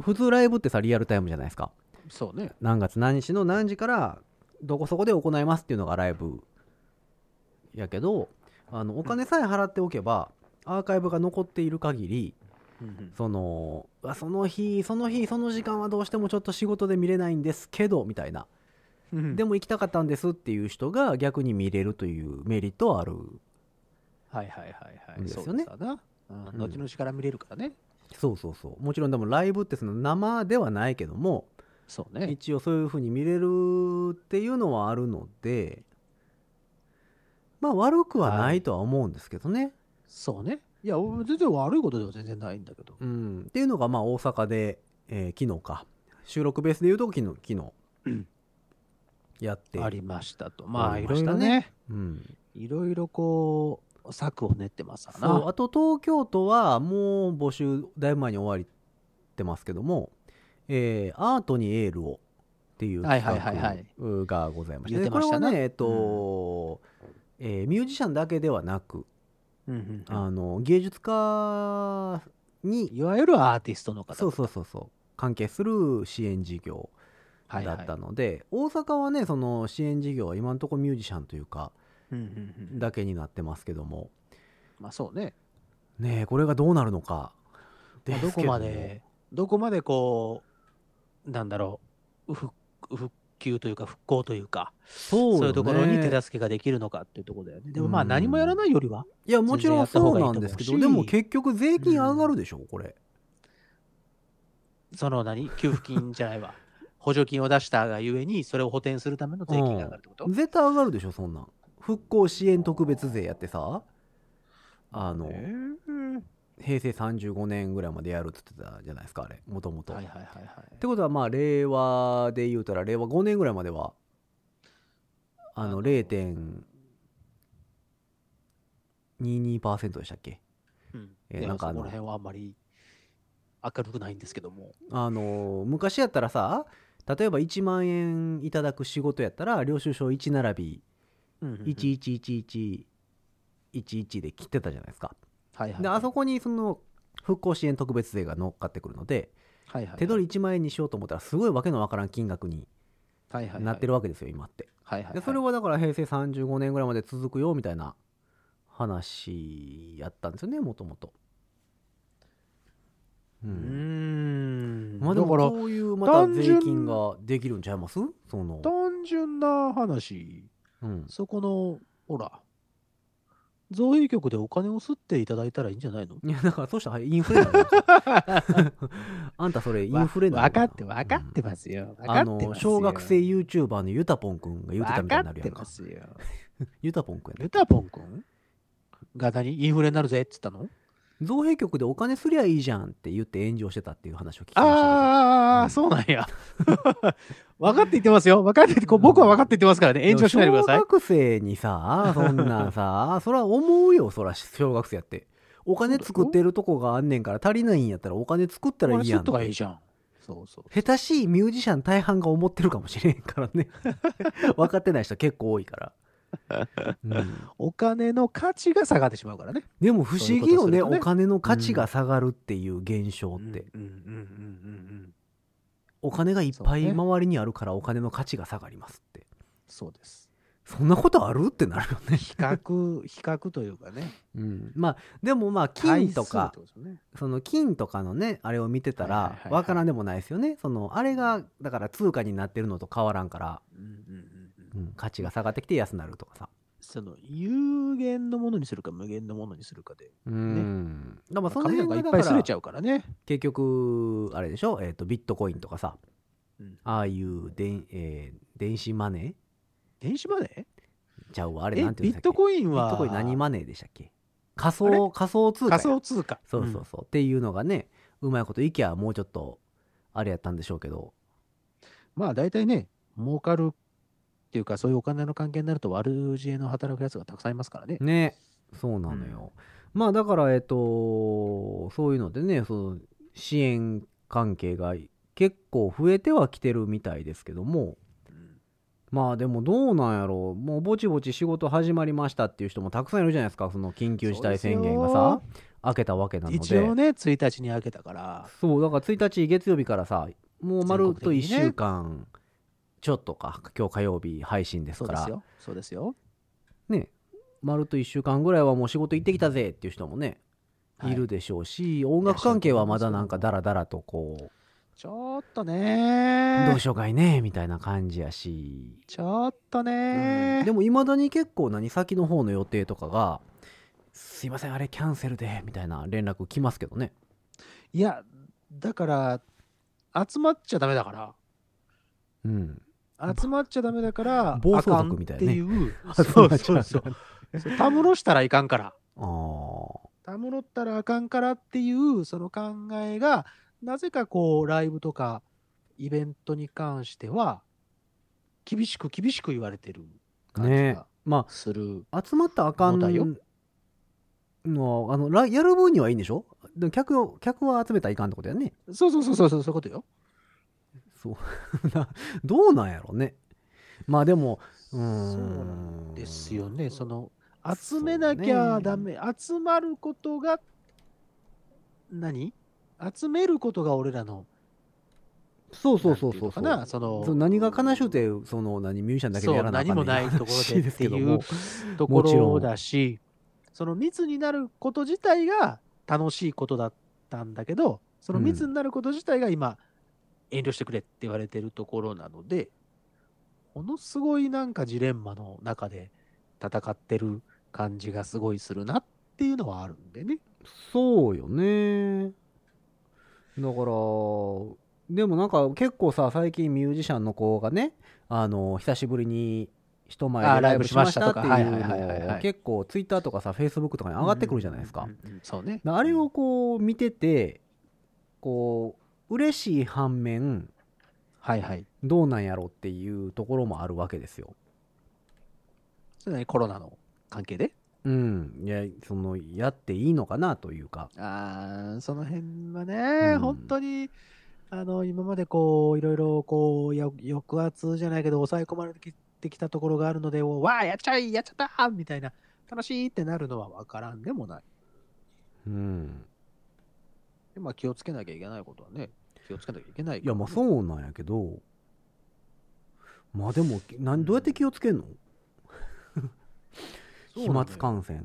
Speaker 2: 普通ライブってさリアルタイムじゃないですか
Speaker 3: そうね。
Speaker 2: 何月何日の何時からどこそこで行いますっていうのがライブやけどあのお金さえ払っておけばアーカイブが残っている限りそのあその日その日その時間はどうしてもちょっと仕事で見れないんですけどみたいなで
Speaker 3: も、
Speaker 2: も行きたかったんですっていう人が逆に見れるというメリットはある
Speaker 3: はいはいはいはい。
Speaker 2: ですよね
Speaker 3: そうだな。うん
Speaker 2: うん
Speaker 3: 後々から見れるからね。
Speaker 2: そうそうそうもちろんでもライブってその生ではないけども
Speaker 3: そうね。
Speaker 2: 一応そういう風に見れるっていうのはあるのでまあ悪くはないとは思うんですけどね、
Speaker 3: そうね。いや、俺全然悪いことでは全然ないんだけど。
Speaker 2: うん、っていうのがまあ大阪で、えー昨日か収録ベースで言うと昨日昨日やって
Speaker 3: ありましたと。まあ、
Speaker 2: あ
Speaker 3: い
Speaker 2: り
Speaker 3: ろ
Speaker 2: ま
Speaker 3: い
Speaker 2: した
Speaker 3: ろ
Speaker 2: ね
Speaker 3: ね。
Speaker 2: うん、
Speaker 3: いろいろこう、策を練ってますわ
Speaker 2: そう
Speaker 3: な。
Speaker 2: あと東京都はもう募集だいぶ前に終わりってますけども、えーアートにエールをっていう
Speaker 3: はい
Speaker 2: 企
Speaker 3: はいはいはい
Speaker 2: 画がございまして,、
Speaker 3: 言ってましたね
Speaker 2: これはね、えっとえーミュージシャンだけではなく
Speaker 3: うんうんうん
Speaker 2: あの芸術家に
Speaker 3: いわゆるアーティストの方
Speaker 2: そうそうそうそう関係する支援事業
Speaker 3: はい
Speaker 2: だ
Speaker 3: はい
Speaker 2: ったので、大阪はねその支援事業は今のところミュージシャンというか
Speaker 3: うんうんうん
Speaker 2: だけになってますけども
Speaker 3: まあそうね、
Speaker 2: ねえこれがどうなるのか
Speaker 3: まあ
Speaker 2: す
Speaker 3: ど
Speaker 2: け
Speaker 3: こまでどこまでこうなんだろう復復旧というか復興というか
Speaker 2: そう,、
Speaker 3: そういうところに手
Speaker 2: だ
Speaker 3: 助けができるのかっていうところだよねでもまあ
Speaker 2: うん
Speaker 3: 何もやらないよりはい
Speaker 2: やもちろんそうなんですけどでも
Speaker 3: 全然
Speaker 2: 結局税金上がるでしょこれ、
Speaker 3: その何給付金じゃないわ 補助金を出したがゆえにそれを補填するための税金が上がるってこと、
Speaker 2: 絶対上がるでしょそんなん復興支援特別税やってさあの、
Speaker 3: えー
Speaker 2: 平成35年ぐらいまでやるって言ってたじゃないですかあれもともと。
Speaker 3: はいはい
Speaker 2: っ
Speaker 3: はいはい
Speaker 2: てことはまあ令和で言うたら令和5年ぐらいまではあ
Speaker 3: あ
Speaker 2: の
Speaker 3: の
Speaker 2: 0.22%でしたっけ
Speaker 3: うん
Speaker 2: えー
Speaker 3: いや
Speaker 2: なんかあ
Speaker 3: そ
Speaker 2: の
Speaker 3: こら辺はあんまり明るくないんですけども
Speaker 2: あの昔やったらさ例えば1万円いただく仕事やったら領収書1並び
Speaker 3: 1
Speaker 2: 11111で切ってたじゃないですか。
Speaker 3: はいはい
Speaker 2: であそこにその復興支援特別税が乗っかってくるので
Speaker 3: はいはい
Speaker 2: 手取り1万円にしようと思ったらすごいわけのわからん金額に
Speaker 3: はいはいはい
Speaker 2: なってるわけですよ今って。
Speaker 3: はいはい
Speaker 2: でそれはだから平成35年ぐらいまで続くよみたいな話やったんですよねもともと。う
Speaker 3: うー
Speaker 2: ん
Speaker 3: ん
Speaker 2: まあでも
Speaker 3: だから
Speaker 2: こういうまた
Speaker 3: 単
Speaker 2: 税
Speaker 3: 純
Speaker 2: 金ができるんちゃいますその、
Speaker 3: 単純な話、
Speaker 2: うん、
Speaker 3: そこの、ほら、造幣局でお金を吸っていただいたらいいんじゃないの
Speaker 2: いやだからそうしたらインフレになる あんたそれインフレにな
Speaker 3: わ
Speaker 2: る
Speaker 3: か
Speaker 2: な
Speaker 3: って、わかってますよ。わか
Speaker 2: あ
Speaker 3: ってますよ
Speaker 2: の小学生 YouTuber のゆたぽんくんが言ってた
Speaker 3: わ
Speaker 2: みたい
Speaker 3: か
Speaker 2: にな
Speaker 3: っ
Speaker 2: るや
Speaker 3: て
Speaker 2: んか
Speaker 3: ますよ。
Speaker 2: ゆたぽんくんや
Speaker 3: ル
Speaker 2: ね
Speaker 3: タポン君が何インフレになるぜって言ったの
Speaker 2: 造幣局でお金すりゃいいじゃんって言って炎上してたっていう話を聞きました
Speaker 3: ああ、
Speaker 2: うん
Speaker 3: そうなんや。分かって言ってますよ。分かって言って、こう僕は分かって言ってますからね。
Speaker 2: けど
Speaker 3: 炎上しないでください
Speaker 2: 小。学生に さそんなんさそら思うよそら小学生やってお金作ってるとこがあんねんから足りないんやったらお金作ったらいいやんっ
Speaker 3: とかいい
Speaker 2: て
Speaker 3: じゃん。そうそう。
Speaker 2: 下手しいミュージシャン大半が思ってるかもしれんから ね分かってない人結構多いから、うん
Speaker 3: お金の価値が下がってしまうからね。
Speaker 2: でも不思議よ
Speaker 3: そう
Speaker 2: ね
Speaker 3: いうことするとね
Speaker 2: お金の価値が下がるっていう現象って、
Speaker 3: うんうんうんうんうん。
Speaker 2: お金がいっぱい
Speaker 3: そうね
Speaker 2: 周りにあるからお金の価値が下がりますって
Speaker 3: そうです。
Speaker 2: そんなことあるってなるよね、
Speaker 3: 比較、比較というかね。
Speaker 2: うん、まあでもまあ金とか
Speaker 3: 対数ってことですよね
Speaker 2: その金とかのねあれを見てた
Speaker 3: はいは
Speaker 2: ら
Speaker 3: いはいはい
Speaker 2: わからんでもないですよねそのあれがだから通貨になってるのと変わらんから、
Speaker 3: うんうんうん
Speaker 2: う
Speaker 3: うん
Speaker 2: ん、価値が下がってきて安なるとかさ
Speaker 3: その有限のものにするか無限のものにするかで、
Speaker 2: うん、だからその
Speaker 3: 紙なん
Speaker 2: 辺
Speaker 3: かい
Speaker 2: がだ
Speaker 3: っぱ
Speaker 2: か
Speaker 3: いすれ
Speaker 2: ら
Speaker 3: ちゃうからね。
Speaker 2: 結局あれでしょ、えー、とビットコインとかさ
Speaker 3: うん
Speaker 2: ああいうでん、えー電子マネ
Speaker 3: 電子マネー
Speaker 2: ーちゃうわあれ
Speaker 3: え
Speaker 2: なんてい
Speaker 3: ビ
Speaker 2: うんで
Speaker 3: ッ
Speaker 2: した
Speaker 3: ト
Speaker 2: っけ
Speaker 3: コイ
Speaker 2: ビッ
Speaker 3: ンは
Speaker 2: トコイン何マネーでしたっけ仮
Speaker 3: あ
Speaker 2: 想
Speaker 3: れ
Speaker 2: 仮想通貨や
Speaker 3: 仮想通貨。
Speaker 2: そうそうそう、っていうのがねうまいこといきゃもうちょっとあれやったんでしょうけど
Speaker 3: うんまあ大体ね、儲かるっていうか、そういうお金の関係になると悪知恵の働くやつがたくさんいますからね。
Speaker 2: ねそうなのよ、まあだからえっとそういうのでねその支援関係が結構増えてはきてるみたいですけども
Speaker 3: うん
Speaker 2: まあでもどうなんやろうもうぼちぼち仕事始まりましたっていう人もたくさんいるじゃないですかその緊急事態宣言が
Speaker 3: そう
Speaker 2: さ明けたわけなので
Speaker 3: 一応ね、1日に開けたから、
Speaker 2: そうだから1日月曜日からさもうまるっと1
Speaker 3: 全国的にね
Speaker 2: 週間ちょっとか今日火曜日配信です
Speaker 3: そう
Speaker 2: か
Speaker 3: です
Speaker 2: ら
Speaker 3: よ。そうですよ。
Speaker 2: ねまるっと1週間ぐらいはもう仕事行ってきたぜっていう人もね
Speaker 3: はい
Speaker 2: いるでしょうし音楽関係はまだなんかダラダラとこう
Speaker 3: ちょっとね
Speaker 2: どうしようかいねみたいな感じやし
Speaker 3: ちょっとね
Speaker 2: うん
Speaker 3: ー
Speaker 2: でもいまだに結構何先の方の予定とかが「すいませんあれキャンセルで」みたいな連絡来ますけどね
Speaker 3: いや、だから、集まっちゃダメだから、
Speaker 2: うん
Speaker 3: 集まっちゃダメだから、
Speaker 2: 暴
Speaker 3: あ
Speaker 2: 走
Speaker 3: かん
Speaker 2: 族みたいなね
Speaker 3: って いう、
Speaker 2: そ
Speaker 3: そうう
Speaker 2: なっちゃ
Speaker 3: そううそう。そうたむろしたらいかんから、
Speaker 2: あー
Speaker 3: たむろったらあかんからっていう、その考えが、なぜかこう、ライブとか、イベントに関しては、厳しく厳しく言われてる感じ
Speaker 2: ね
Speaker 3: が
Speaker 2: まあ
Speaker 3: する。
Speaker 2: 集まったらあかん
Speaker 3: 問題よ
Speaker 2: のはあのらやる分にはいいんでしょでも客を、客は集めたらいかんってことやね。
Speaker 3: そうそうそうそうそうそういうことよ。
Speaker 2: そう。 などうなんやろね。まあでも、うーん。
Speaker 3: そうなんですよね。その集めなきゃダメ、集まることが何集めることが俺らの
Speaker 2: そうそうそうそうそ
Speaker 3: か
Speaker 2: う。
Speaker 3: なその
Speaker 2: そう何が悲しゅうて、その、何、ミュージシャンだけでやらなあかんねん
Speaker 3: そう何もないところで
Speaker 2: 話ですけども
Speaker 3: ってところだし、その密になること自体が楽しいことだったんだけど、その密になること自体が今、遠慮してくれって言われてるところなので、ものすごいなんかジレンマの中で戦ってる感じがすごいするなっていうのはあるんでね。
Speaker 2: そうよね。だから、でもなんか結構さ、最近ミュージシャンの子がね、あの、久しぶりに人前
Speaker 3: あ
Speaker 2: で
Speaker 3: ー
Speaker 2: ラ
Speaker 3: ラ
Speaker 2: イ
Speaker 3: イ
Speaker 2: ブ
Speaker 3: ブ
Speaker 2: し
Speaker 3: し
Speaker 2: ま
Speaker 3: ま
Speaker 2: し
Speaker 3: したた
Speaker 2: っ
Speaker 3: と
Speaker 2: て
Speaker 3: か
Speaker 2: いう
Speaker 3: はいはいはい
Speaker 2: の
Speaker 3: は
Speaker 2: を
Speaker 3: い
Speaker 2: 結構ツイッターとかさ、フェイスブックとかに上がってくるじゃないですか。
Speaker 3: うん。うんうんそうね。
Speaker 2: あれをこう見てて、こう、嬉しい反面、
Speaker 3: はいはい。
Speaker 2: どうなんやろうっていうところもあるわけですよ。
Speaker 3: それねコロナの関係で
Speaker 2: うん。いや、その、やっていいのかなというか。
Speaker 3: あーその辺はね、
Speaker 2: うん
Speaker 3: 本当にあの今までこういろいろこうよ抑圧じゃないけど抑え込まれてきてきたところがあるのでおわあやっちゃいやっちゃったみたいな楽しいってなるのは分からんでもない
Speaker 2: うん。
Speaker 3: でまあ、気をつけなきゃいけないことはね気をつけなきゃいけない
Speaker 2: いや、まあそうなんやけど、まあでも、なんどうやって気をつけんの
Speaker 3: そう
Speaker 2: 飛
Speaker 3: なんだよ
Speaker 2: 沫感染。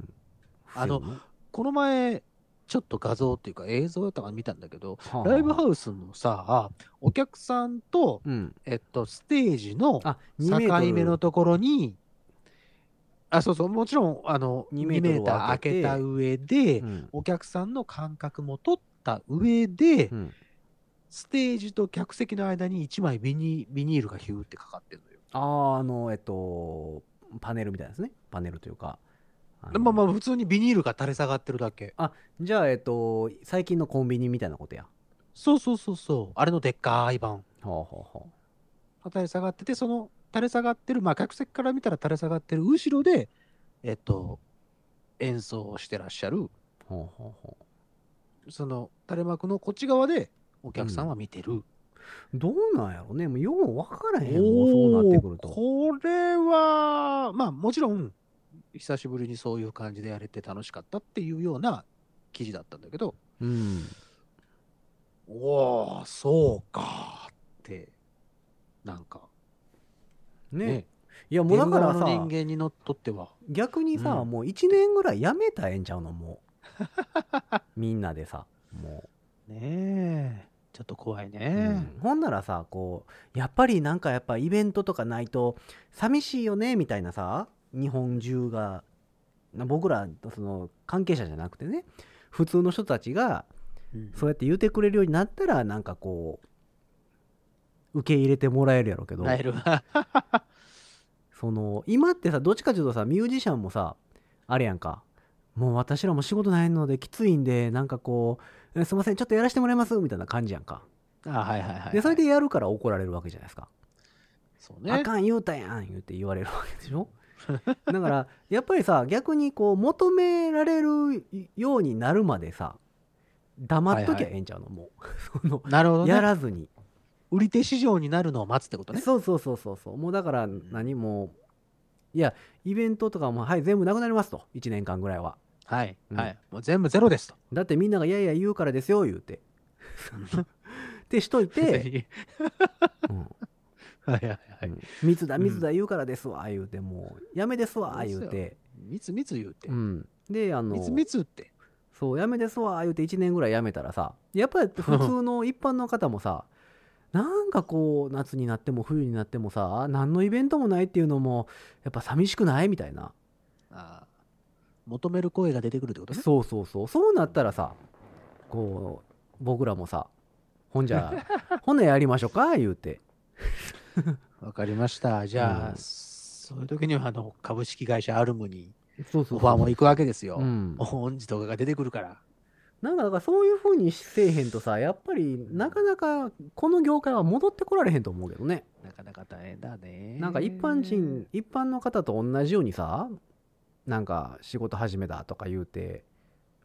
Speaker 3: あの
Speaker 2: 防ぐは
Speaker 3: この前ちょっと画像っていうか映像とか見たんだけど
Speaker 2: あ
Speaker 3: ライブハウスのさお客さんと、
Speaker 2: うん。
Speaker 3: えっと、ステージの
Speaker 2: あ、2メートル。
Speaker 3: 境目のところに、あ、そうそう、もちろん、あの、
Speaker 2: 2
Speaker 3: 2
Speaker 2: メ
Speaker 3: メ
Speaker 2: ートル
Speaker 3: ーター
Speaker 2: 開
Speaker 3: 開
Speaker 2: けて
Speaker 3: けた上で、
Speaker 2: うん。
Speaker 3: お客さんの間隔も取った上で、
Speaker 2: うん
Speaker 3: ステージと客席の間に1枚ビニビニールがヒューってかかってるのよ。
Speaker 2: ああ、あの、えっと、パネルみたいですね。パネルというか。の
Speaker 3: まあまあ、普通にビニールが垂れ下がってるだけ。
Speaker 2: じゃあ、えっと、最近のコンビニみたいなことや。
Speaker 3: そうそうそうそう。あれのでっかい版。
Speaker 2: はあはあはあ。
Speaker 3: 垂れ下がってて、その垂れ下がってる、まあ客席から見たら垂れ下がってる後ろで、えっと、演奏をしてらっしゃる
Speaker 2: ほうほうほ
Speaker 3: その垂れ幕のこっち側でお客さんは見てる。
Speaker 2: うどうなんやろねもうよう分からへんもうそうなってくると
Speaker 3: これは、まあもちろん、久しぶりにそういう感じでやれて楽しかったっていうような記事だったんだけど、
Speaker 2: うん
Speaker 3: おお、そうかって、なんか、
Speaker 2: ね
Speaker 3: ね、
Speaker 2: いやもうだから
Speaker 3: 出る側
Speaker 2: さ
Speaker 3: の人間にのっとっては、
Speaker 2: 逆にさ、
Speaker 3: うん
Speaker 2: もう1年ぐらいやめたらええんちゃうのも うみんなでさも、
Speaker 3: ねえ、ちょっと怖いうね。
Speaker 2: うんほんならさこうやっぱりなんかやっぱイベントとかないと寂しいよねみたいなさ日本中がな僕らその関係者じゃなくてね普通の人たちが
Speaker 3: うん
Speaker 2: そうやって言うてくれるようになったらなんかこう受け入れてもらえるやろうけど
Speaker 3: ライルは、
Speaker 2: その今ってさどっちかというとさミュージシャンもさあれやんかもう私らも仕事ないのできついんでなんかこうえ「すいませんちょっとやらせてもらいます」みたいな感じやんか
Speaker 3: あはいはいはい。
Speaker 2: でそれでやるから怒られるわけじゃないですか
Speaker 3: そ
Speaker 2: 「
Speaker 3: うね。
Speaker 2: あかん言うたやん」言うて言われるわけでし ょだからやっぱりさ逆にこう求められるようになるまでさ黙っときゃええんちゃうの、もうその
Speaker 3: なるほど
Speaker 2: や
Speaker 3: ね。
Speaker 2: らずに
Speaker 3: 売り手市場になるのを待つってことね。
Speaker 2: そうそうそうそうそうもうだから何もいやイベントとかもはい全部なくなりますと1年間ぐらいは
Speaker 3: はい、
Speaker 2: うん
Speaker 3: はい。もう全部ゼロですと。
Speaker 2: だってみんなが「いやいや言うからですよ」言うてってしと いて、
Speaker 3: で、
Speaker 2: うん
Speaker 3: はいはいは
Speaker 2: う
Speaker 3: い。
Speaker 2: ん密だ
Speaker 3: うん
Speaker 2: 密だ言うからですわ」言うてもう「やめですわ」言うて、
Speaker 3: みつみつ言うて
Speaker 2: う。ん、であの
Speaker 3: みつみつって。
Speaker 2: そう「やめですわ」言うて1年ぐらいやめたらさやっぱり普通 の一般の方もさなんかこう夏になっても冬になってもさ何のイベントもないっていうのもやっぱ寂しくないみたいな
Speaker 3: ああ求める声が出てくるってことね。
Speaker 2: そうそうそうそうなったらさこう僕らもさほんじゃ ほんならやりましょうか言うて
Speaker 3: わかりました。じゃあ、
Speaker 2: うん
Speaker 3: そういう時にはあの株式会社アルムに
Speaker 2: そうそ
Speaker 3: オ
Speaker 2: う
Speaker 3: ファーも
Speaker 2: い
Speaker 3: 行くわけですよ。
Speaker 2: うん、
Speaker 3: 恩師とかが出てくるから。
Speaker 2: なんかだからそういうふうにせえへんとさやっぱりなかなかこの業界は戻ってこられへんと思うけどね
Speaker 3: なかなか大変だね。
Speaker 2: なんか一般人。一般の方と同じようにさなんか仕事始めたとか言うて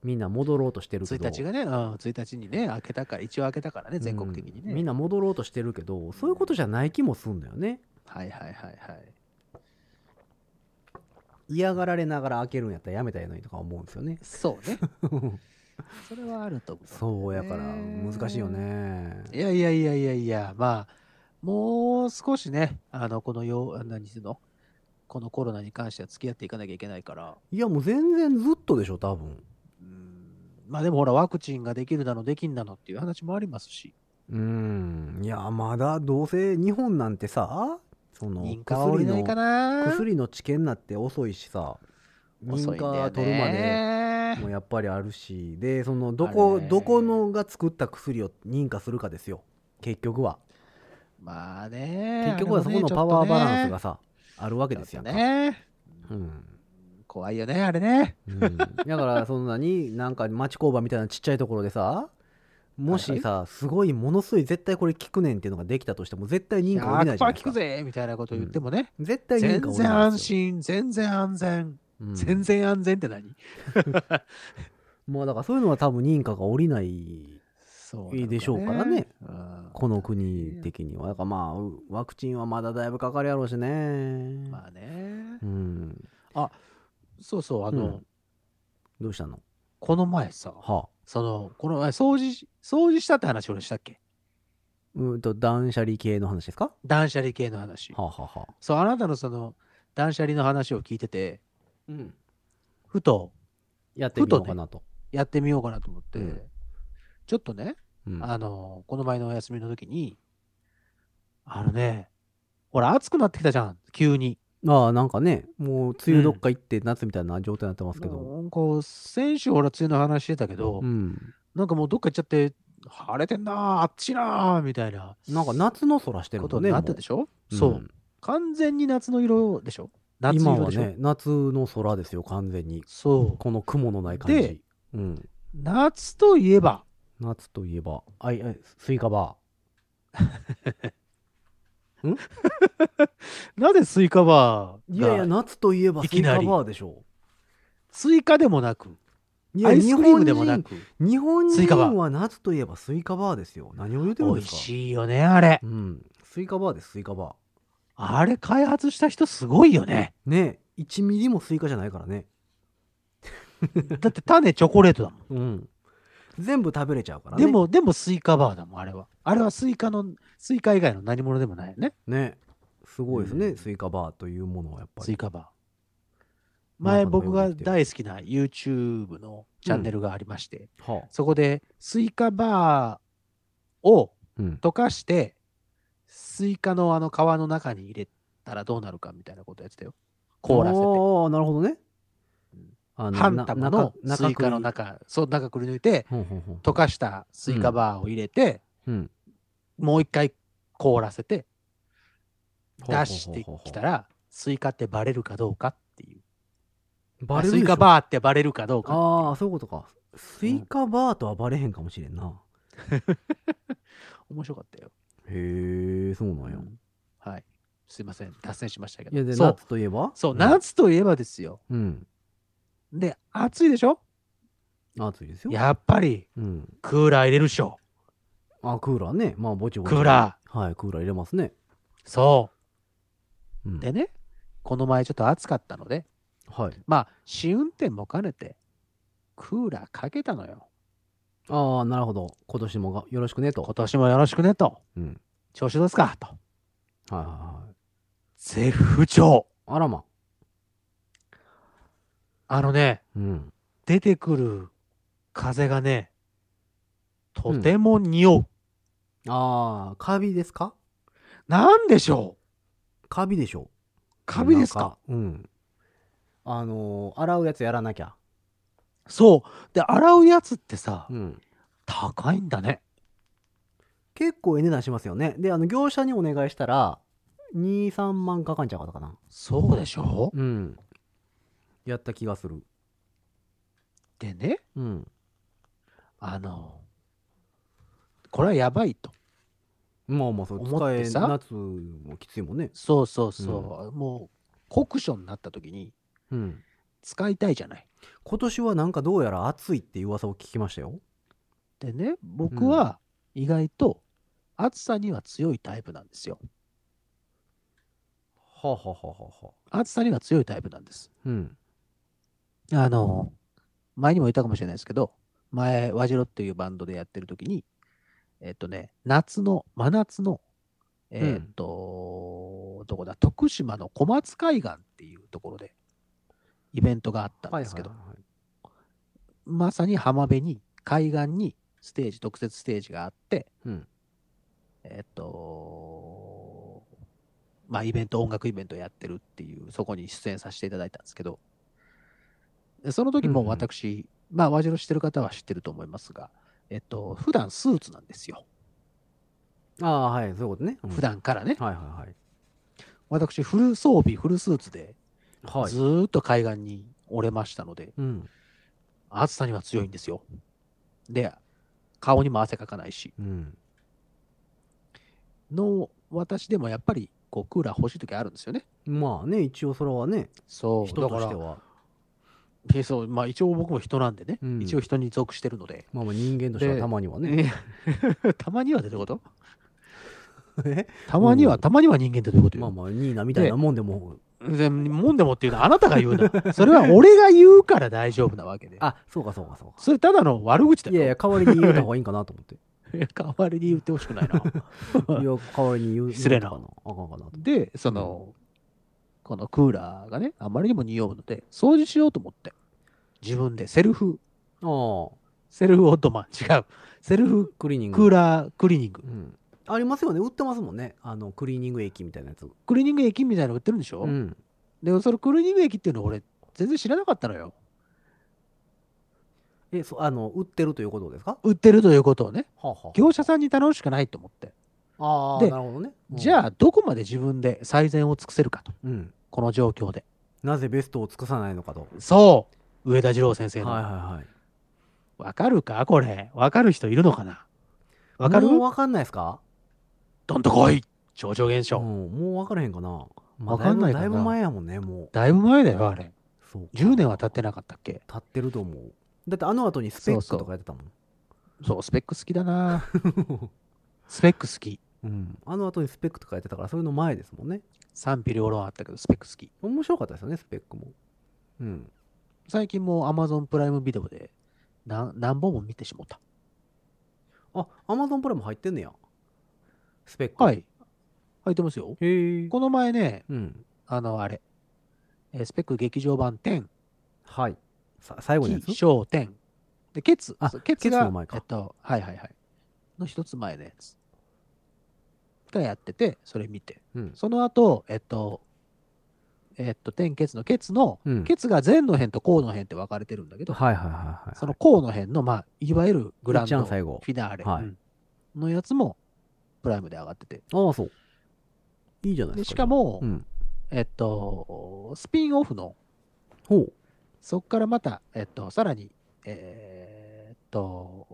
Speaker 2: みんな戻ろうとしてるけど
Speaker 3: 1日がね、うん、1日にね、開けたから、一応開けたからね、全国的に
Speaker 2: う
Speaker 3: ね。
Speaker 2: んみんな戻ろうとしてるけどそういうことじゃない気もすんだよね
Speaker 3: はいはいはいはい。
Speaker 2: 嫌がられながら開けるんやったらやめたらいいのにとか思うんですよね
Speaker 3: そ うね。それはあると思う。
Speaker 2: そうやから難しいよね
Speaker 3: いやいやいやいやいや、まあ、もう少しね、あの、このよう、何するのこのコロナに関しては付き合っていかなきゃいけないから、
Speaker 2: いやもう全然ずっとでしょ多分
Speaker 3: うん、まあでもほら、ワクチンができるだの、できんだのっていう話もありますし、
Speaker 2: うんいやまだどうせ日本なんてさその
Speaker 3: 認可は下りないかな
Speaker 2: 薬の治験なって遅いしさ認可取るまで
Speaker 3: で
Speaker 2: もやっぱりあるしでそのどこ
Speaker 3: あれ
Speaker 2: どこのが作った薬を認可するかですよ結局は
Speaker 3: まあね。
Speaker 2: 結局はそこのパワーバランスが
Speaker 3: さ、
Speaker 2: さあるわけですよ
Speaker 3: ちょっとね。
Speaker 2: うん
Speaker 3: 怖いよね、あれね。
Speaker 2: うんだからそんなになんか町工場みたいなちっちゃいところでさもしさ、すごいものすごい絶対これ効くねんっていうのができたとしても絶対認可下りないじゃないで
Speaker 3: 100%聞
Speaker 2: すか
Speaker 3: くぜみたいなこと言ってもね、
Speaker 2: 絶対認
Speaker 3: 全
Speaker 2: 可下り
Speaker 3: 然
Speaker 2: ないんで
Speaker 3: 安
Speaker 2: すよ、
Speaker 3: 心、全然安全、
Speaker 2: うん
Speaker 3: 全然安全って何
Speaker 2: もうだからそういうのは多分認可が下りない
Speaker 3: そ
Speaker 2: いいでしょうからね。
Speaker 3: うん
Speaker 2: この国的にはだからまあうワクチンはまだだいぶかかるやろうしね、
Speaker 3: まあね。
Speaker 2: うん
Speaker 3: そうそう、あの、
Speaker 2: うんどうしたの
Speaker 3: この前さ、
Speaker 2: はあ
Speaker 3: その、この前、掃除し、掃除したって話俺したっけ
Speaker 2: うんと断捨離系の話ですかは
Speaker 3: 断捨離系の話。
Speaker 2: あ、はあはあ、
Speaker 3: そう、あなたのその、断捨離の話を聞いてて、
Speaker 2: うん、
Speaker 3: ふと
Speaker 2: やってみようかなと
Speaker 3: やってみようかなと思って、
Speaker 2: うん
Speaker 3: ちょっとね、
Speaker 2: うん
Speaker 3: あの、この前のお休みの時に、あのね、ほら、暑くなってきたじゃん、急に。
Speaker 2: ああなんかねもう梅雨どっか行って夏みたいな状態になってますけど、
Speaker 3: なんか、先週ほら、梅雨の話してたけど、
Speaker 2: うん、
Speaker 3: なんかもうどっか行っちゃって、晴れてんなあ、あっちなあ、みたいな
Speaker 2: なんか夏の空してる
Speaker 3: こ
Speaker 2: も
Speaker 3: と
Speaker 2: ん
Speaker 3: に
Speaker 2: ね
Speaker 3: なってたでしょ、そう。完全に夏の色でしょ
Speaker 2: もう
Speaker 3: 夏
Speaker 2: 今
Speaker 3: 色
Speaker 2: は
Speaker 3: でしょ、
Speaker 2: ね夏の空ですよ完全に
Speaker 3: そ
Speaker 2: この雲のない感じ
Speaker 3: で
Speaker 2: うん、
Speaker 3: う。夏といえば、
Speaker 2: 夏といえばあいあいスイカバ
Speaker 3: なぜスイカバ
Speaker 2: ー
Speaker 3: ー
Speaker 2: い
Speaker 3: が
Speaker 2: やいや夏といえば
Speaker 3: い
Speaker 2: ス
Speaker 3: き
Speaker 2: イ
Speaker 3: な
Speaker 2: カ
Speaker 3: り
Speaker 2: バーでしょ
Speaker 3: スイカでもなく、
Speaker 2: い
Speaker 3: アイスクリ
Speaker 2: 日
Speaker 3: ーム
Speaker 2: 本人
Speaker 3: でもなく、
Speaker 2: 日本
Speaker 3: スイカバ
Speaker 2: 人
Speaker 3: ー
Speaker 2: は夏といえばスイカバーですよ何を言うて
Speaker 3: 美
Speaker 2: るんで
Speaker 3: 味
Speaker 2: すか
Speaker 3: しいよね、あれ。
Speaker 2: うん、スイカバーですスイカバ
Speaker 3: あれ開発した人すごいよね。
Speaker 2: ーね1ミリもスイカじゃないからね
Speaker 3: だって種チョコレートだもん。
Speaker 2: うん全部食べれちゃうからね
Speaker 3: でも、でもスイカバーだもん、あれは。あれはスイカの、スイカ以外の何物でもないよね。
Speaker 2: ねすごいですね、
Speaker 3: うん
Speaker 2: スイカバーというものはやっぱ
Speaker 3: スイ
Speaker 2: り
Speaker 3: カバー。
Speaker 2: な
Speaker 3: 前
Speaker 2: んかの
Speaker 3: 僕
Speaker 2: よう
Speaker 3: が
Speaker 2: に来てる
Speaker 3: 大好きな YouTube のチャンネルがありまして、
Speaker 2: は
Speaker 3: そこでスイカバーを
Speaker 2: うん、
Speaker 3: 溶かして、スイカのあの皮の中に入れたらどうなるかみたいなことやってたよ。凍らせて。
Speaker 2: ああなるほどね
Speaker 3: うん
Speaker 2: あ
Speaker 3: 半玉の
Speaker 2: な
Speaker 3: スイカの
Speaker 2: 中
Speaker 3: 中、そう、中くり抜いて、
Speaker 2: ほんほんほん
Speaker 3: 溶かしたスイカバーを入れて、
Speaker 2: うん
Speaker 3: もう一回凍らせて、
Speaker 2: ほうほうほうほう
Speaker 3: 出してきたら、スイカってバレるかどうかっていう。
Speaker 2: バレる
Speaker 3: ス
Speaker 2: でし
Speaker 3: イ
Speaker 2: ょ
Speaker 3: カバーってバレるかどうか。
Speaker 2: ああそういうことかスイカバーとはバレへんかもしれんな、
Speaker 3: 面白かったよ。
Speaker 2: へえそうなんや、
Speaker 3: はい。すいません。脱線しましたけ
Speaker 2: いや
Speaker 3: ど。
Speaker 2: で
Speaker 3: そう
Speaker 2: 夏。といえば
Speaker 3: そう、
Speaker 2: 夏
Speaker 3: 夏といえばですよ。
Speaker 2: うん
Speaker 3: で、暑いでしょ
Speaker 2: 暑いですよ
Speaker 3: やっぱり、
Speaker 2: うん、
Speaker 3: クーラー入れるでしょ。
Speaker 2: あクーラーねまあぼちぼち
Speaker 3: クーラ
Speaker 2: ーはいクーラー入れますね、
Speaker 3: そ
Speaker 2: うん、
Speaker 3: う。でね、この前ちょっと暑かったので、
Speaker 2: はい
Speaker 3: まあ、試運転も兼ねて、クーラーかけたのよ。
Speaker 2: ああなるほど今年もがよろしくね
Speaker 3: 今
Speaker 2: と、
Speaker 3: 年もよろしくねと。
Speaker 2: うん、
Speaker 3: 調子どうですかと。
Speaker 2: はいはいはい
Speaker 3: 絶不調。
Speaker 2: あらま
Speaker 3: あのね、
Speaker 2: うん
Speaker 3: 出てくる風がね、とても匂う。
Speaker 2: ああ、カビですか
Speaker 3: なんでしょう
Speaker 2: カビでしょ
Speaker 3: カビですか
Speaker 2: なんうん。あのー洗うやつやらなきゃ。
Speaker 3: そう。で、洗うやつってさ、
Speaker 2: うん。
Speaker 3: 高いんだね。
Speaker 2: 結構ええ値段しますよね。で、あの、業者にお願いしたら、2、3万かかんちゃうかったかな。
Speaker 3: そうでしょ
Speaker 2: うん。やった気がする。
Speaker 3: でね、
Speaker 2: うん。
Speaker 3: あの、これはやばいと。
Speaker 2: まあまあ、そう、
Speaker 3: 思っ
Speaker 2: 使
Speaker 3: て
Speaker 2: え、
Speaker 3: さ
Speaker 2: 夏もきついもんね。
Speaker 3: そうそうそう。もう、酷暑になった時に、
Speaker 2: うん。
Speaker 3: 使いたいじゃない。
Speaker 2: 今年はなんかどうやら暑いっていう噂を聞きましたよ。
Speaker 3: でね、僕は意外と暑さには強いタイプなんですよ。
Speaker 2: はあ、はあはあはあはあ、
Speaker 3: 暑さには強いタイプなんです。
Speaker 2: うん。
Speaker 3: あの、前にも言ったかもしれないですけど、前、ワジロっていうバンドでやってる時に、えっとね、夏の、真夏の、えっと、どこだ、徳島の小松海岸っていうところで、イベントがあったんですけど、
Speaker 2: はいはいはい
Speaker 3: まさに浜辺に、海岸にステージ、特設ステージがあって、
Speaker 2: うん
Speaker 3: えっと、まあ、イベント、音楽イベントやってるっていう、そこに出演させていただいたんですけど、でその時
Speaker 2: う
Speaker 3: も
Speaker 2: んうん
Speaker 3: 私、まあ、和白してる方は知ってると思いますが、えっと、普段スーツなんですよ。
Speaker 2: ああ、はい、そういうことね。うん
Speaker 3: 普。段からね。
Speaker 2: はいはいはい。
Speaker 3: 私、フル装備、フルスーツで、
Speaker 2: はい。
Speaker 3: ずーっと海岸に折れましたので、
Speaker 2: うん。
Speaker 3: 暑さには強いんですよ。で、顔にも汗かかないし、
Speaker 2: うん。
Speaker 3: の私でもやっぱり、こう、クーラー欲しい時あるんですよね。
Speaker 2: まあね、一応それはね、
Speaker 3: そう、
Speaker 2: 人と
Speaker 3: だ
Speaker 2: して
Speaker 3: から
Speaker 2: は。
Speaker 3: えそう、まあ一応僕も人なんでね、
Speaker 2: うん
Speaker 3: 一応人に属してるので。
Speaker 2: まあまあ人間としては
Speaker 3: で
Speaker 2: たまにはね。
Speaker 3: たまにはってどういうこと
Speaker 2: え
Speaker 3: たまには、
Speaker 2: うん
Speaker 3: たまには人間ってどういうこ と
Speaker 2: まあ
Speaker 3: よ。
Speaker 2: まあ、ニーナみたいなもんでも。
Speaker 3: でもんでもっていうのはあなたが言う な。それは俺が言うから大丈夫なわけで。
Speaker 2: あ、そうかそうかそうか。
Speaker 3: それただの悪口だ
Speaker 2: いやいや、代わりに言うた方がいいんかなと思 って。
Speaker 3: よ。代わりに言ってほしくない な。
Speaker 2: いや、代わりに言う。
Speaker 3: 失礼な
Speaker 2: 言うたかなあかんかなと。
Speaker 3: で、その、このクーラーがね、あまりにも匂うので、掃除しようと思って。自分でセルフ、
Speaker 2: あ
Speaker 3: セルフオットマン、違う。セルフ
Speaker 2: あ、クリーニング。
Speaker 3: クーラークリーニング
Speaker 2: う。ん。ありますよね。売ってますもんね。あの、クリーニング液みたいなやつ。
Speaker 3: クリーニング液みたいなの売ってるんでしょ、
Speaker 2: うん。
Speaker 3: で、そのクリーニング液っていうの俺、全然知らなかったのよ。
Speaker 2: え、そあの、売ってるということですか
Speaker 3: 売ってるということをね、
Speaker 2: はあは
Speaker 3: 業者さんに頼むしかないと思って。
Speaker 2: あ。ああ、
Speaker 3: で
Speaker 2: なるほどね。
Speaker 3: じ
Speaker 2: あ、
Speaker 3: ゃあ、どこまで自分で最善を尽くせるかと。
Speaker 2: うん。
Speaker 3: この状況で。
Speaker 2: なぜベストを尽くさないのかと。
Speaker 3: そう上田二郎先生の。
Speaker 2: はい
Speaker 3: わ、
Speaker 2: はいはい。
Speaker 3: かるかこれ。わかる人いるのかなわかる
Speaker 2: もうわかんないですか
Speaker 3: どんとこい超常現
Speaker 2: う
Speaker 3: 象。
Speaker 2: ん、もうわからへんかな。まあ
Speaker 3: わかんないかな
Speaker 2: だいぶだいぶ前やもんね、もう。
Speaker 3: だいぶ前だよ、あれ。
Speaker 2: そうか
Speaker 3: 10年は経ってなかったっけ
Speaker 2: 経ってると思う。だってあの後にスペックとかやってたもん。
Speaker 3: そう、スペック好き だなスペック好き。
Speaker 2: うん。あの後にスペックとかやってたから、それの前ですもんね。
Speaker 3: 賛否両論あったけど、スペック好き。
Speaker 2: 面白かったですよね、スペックも。うん。
Speaker 3: 最近もう Amazon プライムビデオで何何本も見てしもった。
Speaker 2: あ、アマゾンプライム入ってんねや。スペック。
Speaker 3: は。い。入ってますよ。
Speaker 2: へえ。
Speaker 3: この前ね、
Speaker 2: うん。
Speaker 3: あの、あれ、えースペック劇場版10、
Speaker 2: はい。さ最後のやつ
Speaker 3: 起承10。で、ケツ、
Speaker 2: あ
Speaker 3: そうケツ
Speaker 2: ケツ
Speaker 3: が、
Speaker 2: の前か
Speaker 3: えっと、はいはいはい。の一つ前のやつがやってて、それ見て。
Speaker 2: うん。
Speaker 3: その後、えっと、えっと、天ケツのケツの、
Speaker 2: うん
Speaker 3: ケツが前の辺と後の辺って分かれてるんだけど、
Speaker 2: はいはいはいはい。
Speaker 3: その後の辺の、まあ、いわゆるグラン
Speaker 2: 一
Speaker 3: ド
Speaker 2: 番
Speaker 3: フ
Speaker 2: 最後。
Speaker 3: ィナーレ、
Speaker 2: はい
Speaker 3: うんのやつも、プライムで上がってて。
Speaker 2: ああ、そう。いいじゃないで
Speaker 3: で
Speaker 2: か。
Speaker 3: すしか、も、
Speaker 2: うん。
Speaker 3: えっと、スピンオフの、
Speaker 2: ほう。
Speaker 3: そこからまた、えっと、さらに、えーっと、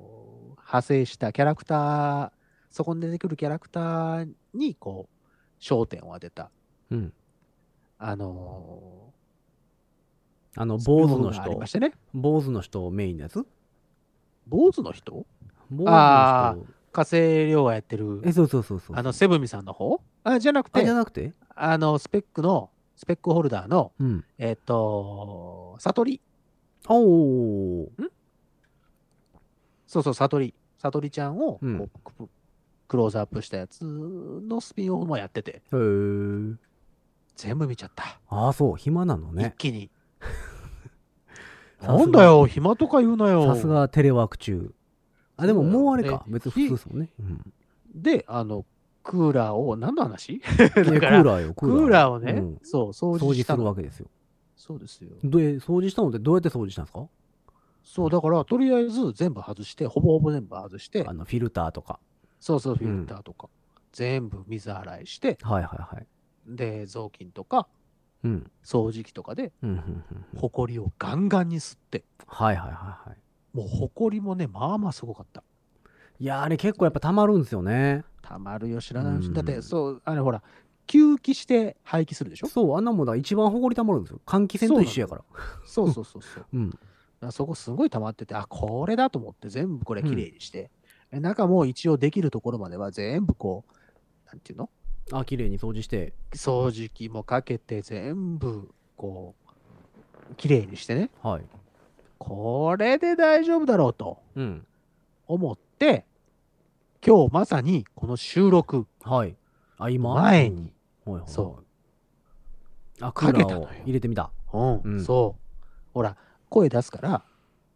Speaker 3: 派生したキャラクター、そこに出てくるキャラクターに、こう、焦点を当てた、
Speaker 2: うん。
Speaker 3: あの
Speaker 2: あの、
Speaker 3: ー、
Speaker 2: 坊主の
Speaker 3: スピンオフがあり
Speaker 2: 人
Speaker 3: まし。たね。
Speaker 2: 坊主の人メインのやつ
Speaker 3: 坊主の人
Speaker 2: 坊主
Speaker 3: あ
Speaker 2: の人。
Speaker 3: 火星亮がやってる
Speaker 2: え、、そうそうそうそう。
Speaker 3: あの、セブミさんの方あ、じゃなく
Speaker 2: あ、じ
Speaker 3: て
Speaker 2: ゃ、なくて
Speaker 3: あの、スペックの、スペックホルダーの、
Speaker 2: うん。
Speaker 3: えっと、悟り。
Speaker 2: あおー
Speaker 3: そうそう、悟り。悟りちゃんをこう、
Speaker 2: うん
Speaker 3: ククローズアップしたやつのスピンオフもやってて、
Speaker 2: へえ。
Speaker 3: 全部見ちゃった。
Speaker 2: ああ、そう。暇なのね
Speaker 3: 一。気 に。
Speaker 2: さすが
Speaker 3: なんだよ、暇とか言うなよ。
Speaker 2: さすがテレワーク中。あ、でももうあれか。
Speaker 3: で
Speaker 2: 別に普通ですもんね。うん。
Speaker 3: で、あの、クーラーを、何の話
Speaker 2: いやク
Speaker 3: だか
Speaker 2: ー
Speaker 3: ら、
Speaker 2: ラーよ、ク
Speaker 3: ク
Speaker 2: ーラー。
Speaker 3: ーラーをね、
Speaker 2: うん
Speaker 3: そう、掃
Speaker 2: 掃
Speaker 3: 除
Speaker 2: 除
Speaker 3: し
Speaker 2: す
Speaker 3: た
Speaker 2: る
Speaker 3: の。
Speaker 2: わけですよ。
Speaker 3: そうですよ。
Speaker 2: で、掃除したのってどうやって掃除したんですか
Speaker 3: そう、だから、とりあえず全部外して、ほぼほぼ全部外して
Speaker 2: あ、の、フィルターとか。
Speaker 3: そうそう、フィルターとか、全部水洗いして、
Speaker 2: はいはいはい。
Speaker 3: で、雑巾とか、
Speaker 2: うん。
Speaker 3: 掃除機とかで、
Speaker 2: うん、うん、うんうん。
Speaker 3: ほこりをガンガンに吸って、
Speaker 2: はいはいはいはい。
Speaker 3: もうほこりもね、まあまあすごかった。
Speaker 2: いやーあれ結構やっぱ溜まるんですよね。
Speaker 3: たまるよ、知らないうし。
Speaker 2: ん
Speaker 3: だって、そう、あれほら、吸気して排気するでしょ
Speaker 2: そう、あんなもんだから一番埃たまるんですよ。換気扇と一緒やから。
Speaker 3: そうそうそうそう。
Speaker 2: うん。
Speaker 3: だからそこすごい溜まってて、あ、これだと思って全部これ綺麗にして、え中も一応できるところまでは全部こう、なんていうの
Speaker 2: あ、綺麗に掃除して。
Speaker 3: 掃除機もかけて全部こう、綺麗にしてね、
Speaker 2: はい。
Speaker 3: これで大丈夫だろうと
Speaker 2: うん。
Speaker 3: 思って、今日まさにこの収録
Speaker 2: はい。あ、今
Speaker 3: 前に、
Speaker 2: うんはいはい、。
Speaker 3: そう
Speaker 2: あ、クーラ
Speaker 3: かけた
Speaker 2: ー
Speaker 3: のよ
Speaker 2: を入れてみた。
Speaker 3: うん、
Speaker 2: うん
Speaker 3: そう。ほら、声出すから、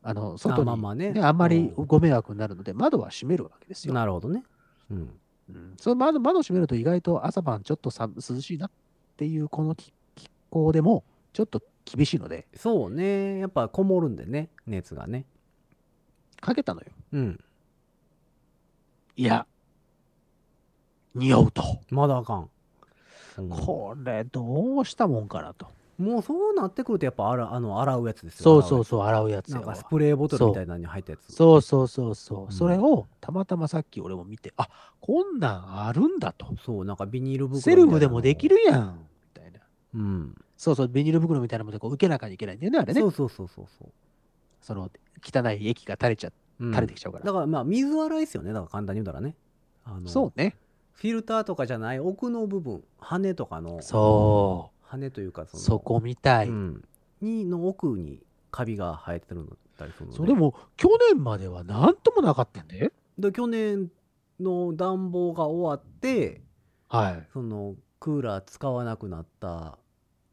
Speaker 3: あの、外に、ねあ
Speaker 2: まあまあね
Speaker 3: んまりご迷惑になるので、窓は閉めるわけですよ。
Speaker 2: なるほどね。うん。
Speaker 3: うん、その窓窓を閉めると意外と朝晩ちょっと寒涼しいなっていうこの気気候でもちょっと厳しいので
Speaker 2: そうね。やっぱこもるんでね、熱がね。
Speaker 3: かけたのよ。
Speaker 2: うん。
Speaker 3: いや、匂うと。
Speaker 2: まだあかん。うん
Speaker 3: これどうしたもんかなと。
Speaker 2: もうそうなってくるとやっぱ洗うあの洗うやつですよ
Speaker 3: そうそううそう、洗うやつ
Speaker 2: なん
Speaker 3: よ
Speaker 2: か。スプレーボトルみたいなのに入ったやつ
Speaker 3: そうそうそうそう、
Speaker 2: うん
Speaker 3: それをたまたまさっき俺も見て、あこんなんあるんだと。
Speaker 2: そうなんかビニール袋みたい
Speaker 3: セ
Speaker 2: な
Speaker 3: ル
Speaker 2: の
Speaker 3: フでもできるやん。みたいな。
Speaker 2: うん
Speaker 3: そうそう、ビニール袋みたいなものでこう受けなきゃいけないんだよね、あれね
Speaker 2: そ。うそうそうそうそ
Speaker 3: その汚い液が垂れちゃ、
Speaker 2: う、うん
Speaker 3: 垂れてきちゃうから。
Speaker 2: だからまあ水洗いですよねだから簡単に言うたらねあの
Speaker 3: そうね。
Speaker 2: フィルターとかじゃない奥の部分羽とかの
Speaker 3: そう。
Speaker 2: 羽というかその
Speaker 3: そこみたい。
Speaker 2: うん、にの奥にカビが生えてるのだったりするので
Speaker 3: そうでも去年までは何ともなかったんで。
Speaker 2: で去年の暖房が終わって
Speaker 3: はい。
Speaker 2: そのクーラー使わなくなった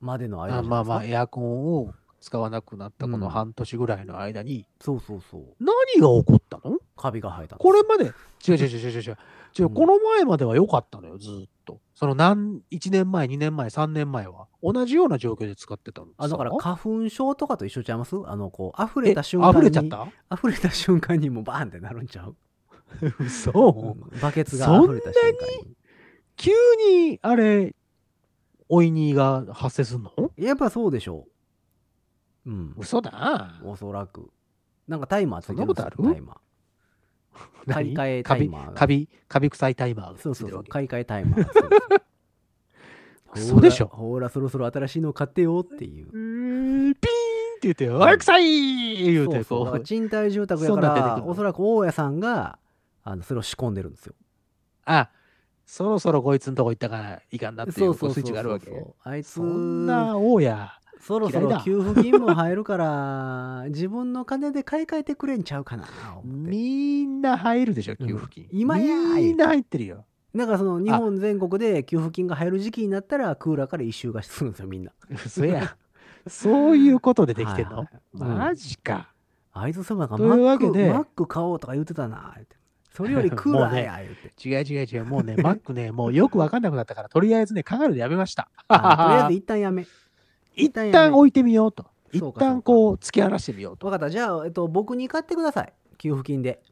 Speaker 2: までの間
Speaker 3: あ
Speaker 2: じゃ
Speaker 3: ま
Speaker 2: な
Speaker 3: あ
Speaker 2: いですか
Speaker 3: まあエアコンを使わなくなったこ
Speaker 2: う
Speaker 3: の
Speaker 2: ん
Speaker 3: 半年ぐらいの間に
Speaker 2: そうそうそう
Speaker 3: 何が起こったの、
Speaker 2: カビが生えたんです
Speaker 3: これまで違う違う違う違う違う違
Speaker 2: う
Speaker 3: うんこの前までは良かったのよずーっとその何1年前2年前3年前は同じような状況で使ってたの
Speaker 2: あだから
Speaker 3: さ
Speaker 2: 花粉症とかと一緒ちゃいますあのこう溢れた
Speaker 3: え
Speaker 2: 瞬間に
Speaker 3: 溢れちゃった
Speaker 2: 溢れた瞬間にもうバーンってなるんちゃう、
Speaker 3: 嘘
Speaker 2: うんバケツが溢れた瞬間に
Speaker 3: 急にあれおいにが発生すんの
Speaker 2: やっぱそうでしょううん
Speaker 3: 嘘だ
Speaker 2: おそらくなんかタイマーついて
Speaker 3: そんなことある
Speaker 2: タイマー買い
Speaker 3: 何
Speaker 2: 替え
Speaker 3: カ
Speaker 2: タイ
Speaker 3: ビ
Speaker 2: マーが
Speaker 3: カビカビ臭いタイマーが
Speaker 2: そう
Speaker 3: つい
Speaker 2: そう
Speaker 3: てる
Speaker 2: そ
Speaker 3: わ
Speaker 2: う
Speaker 3: け
Speaker 2: 買い替えタイマーがついてる
Speaker 3: 嘘でしょ
Speaker 2: ほーらほーらそろそろ新しいの買ってよっていう
Speaker 3: うーんピーンって言って「
Speaker 2: ん
Speaker 3: おい臭い!」言う
Speaker 2: そう
Speaker 3: て
Speaker 2: そう
Speaker 3: こ
Speaker 2: だか
Speaker 3: う
Speaker 2: ら賃貸住宅やか
Speaker 3: そんなん出てく
Speaker 2: ら
Speaker 3: るの
Speaker 2: おそらく大家さんがあのそれを仕込んでるんですよ
Speaker 3: あそろそろこいつんとこ行ったからいかんなっていうこうスイッチがあるわけ
Speaker 2: あいつ
Speaker 3: そんな大家
Speaker 2: そろそ
Speaker 3: 嫌い
Speaker 2: ろ
Speaker 3: だ
Speaker 2: 給付金も入るから、自分の金で買い替えてくれんちゃうかな、思って。
Speaker 3: みんな入るでしょ
Speaker 2: うん
Speaker 3: 給付金
Speaker 2: 今やー
Speaker 3: みんな入って るよ
Speaker 2: なんかその日本全国で給付金が入る時期になったら、クーラーから一周がするんですよ、みんな。
Speaker 3: 嘘やそういうことでできてん
Speaker 2: はい
Speaker 3: の
Speaker 2: はいはい
Speaker 3: マジか
Speaker 2: あいつそういえばなんか
Speaker 3: と
Speaker 2: マ
Speaker 3: いうわ
Speaker 2: ッ
Speaker 3: け
Speaker 2: ク、
Speaker 3: で
Speaker 2: マック買おうとか言ってたな、言ってそれより クーラーや、言って。
Speaker 3: 違う違う違うもうねマックねもうよくわかんなくなったからとりあえずね考えるのやめました
Speaker 2: あとりあえず一旦やめ。
Speaker 3: 一
Speaker 2: 一旦や
Speaker 3: 旦
Speaker 2: め
Speaker 3: 置いてみようと一
Speaker 2: そうかそう
Speaker 3: 旦
Speaker 2: か
Speaker 3: こう突き放してみようと
Speaker 2: わかった、じゃあ、えっと、僕に買ってください、給付金で。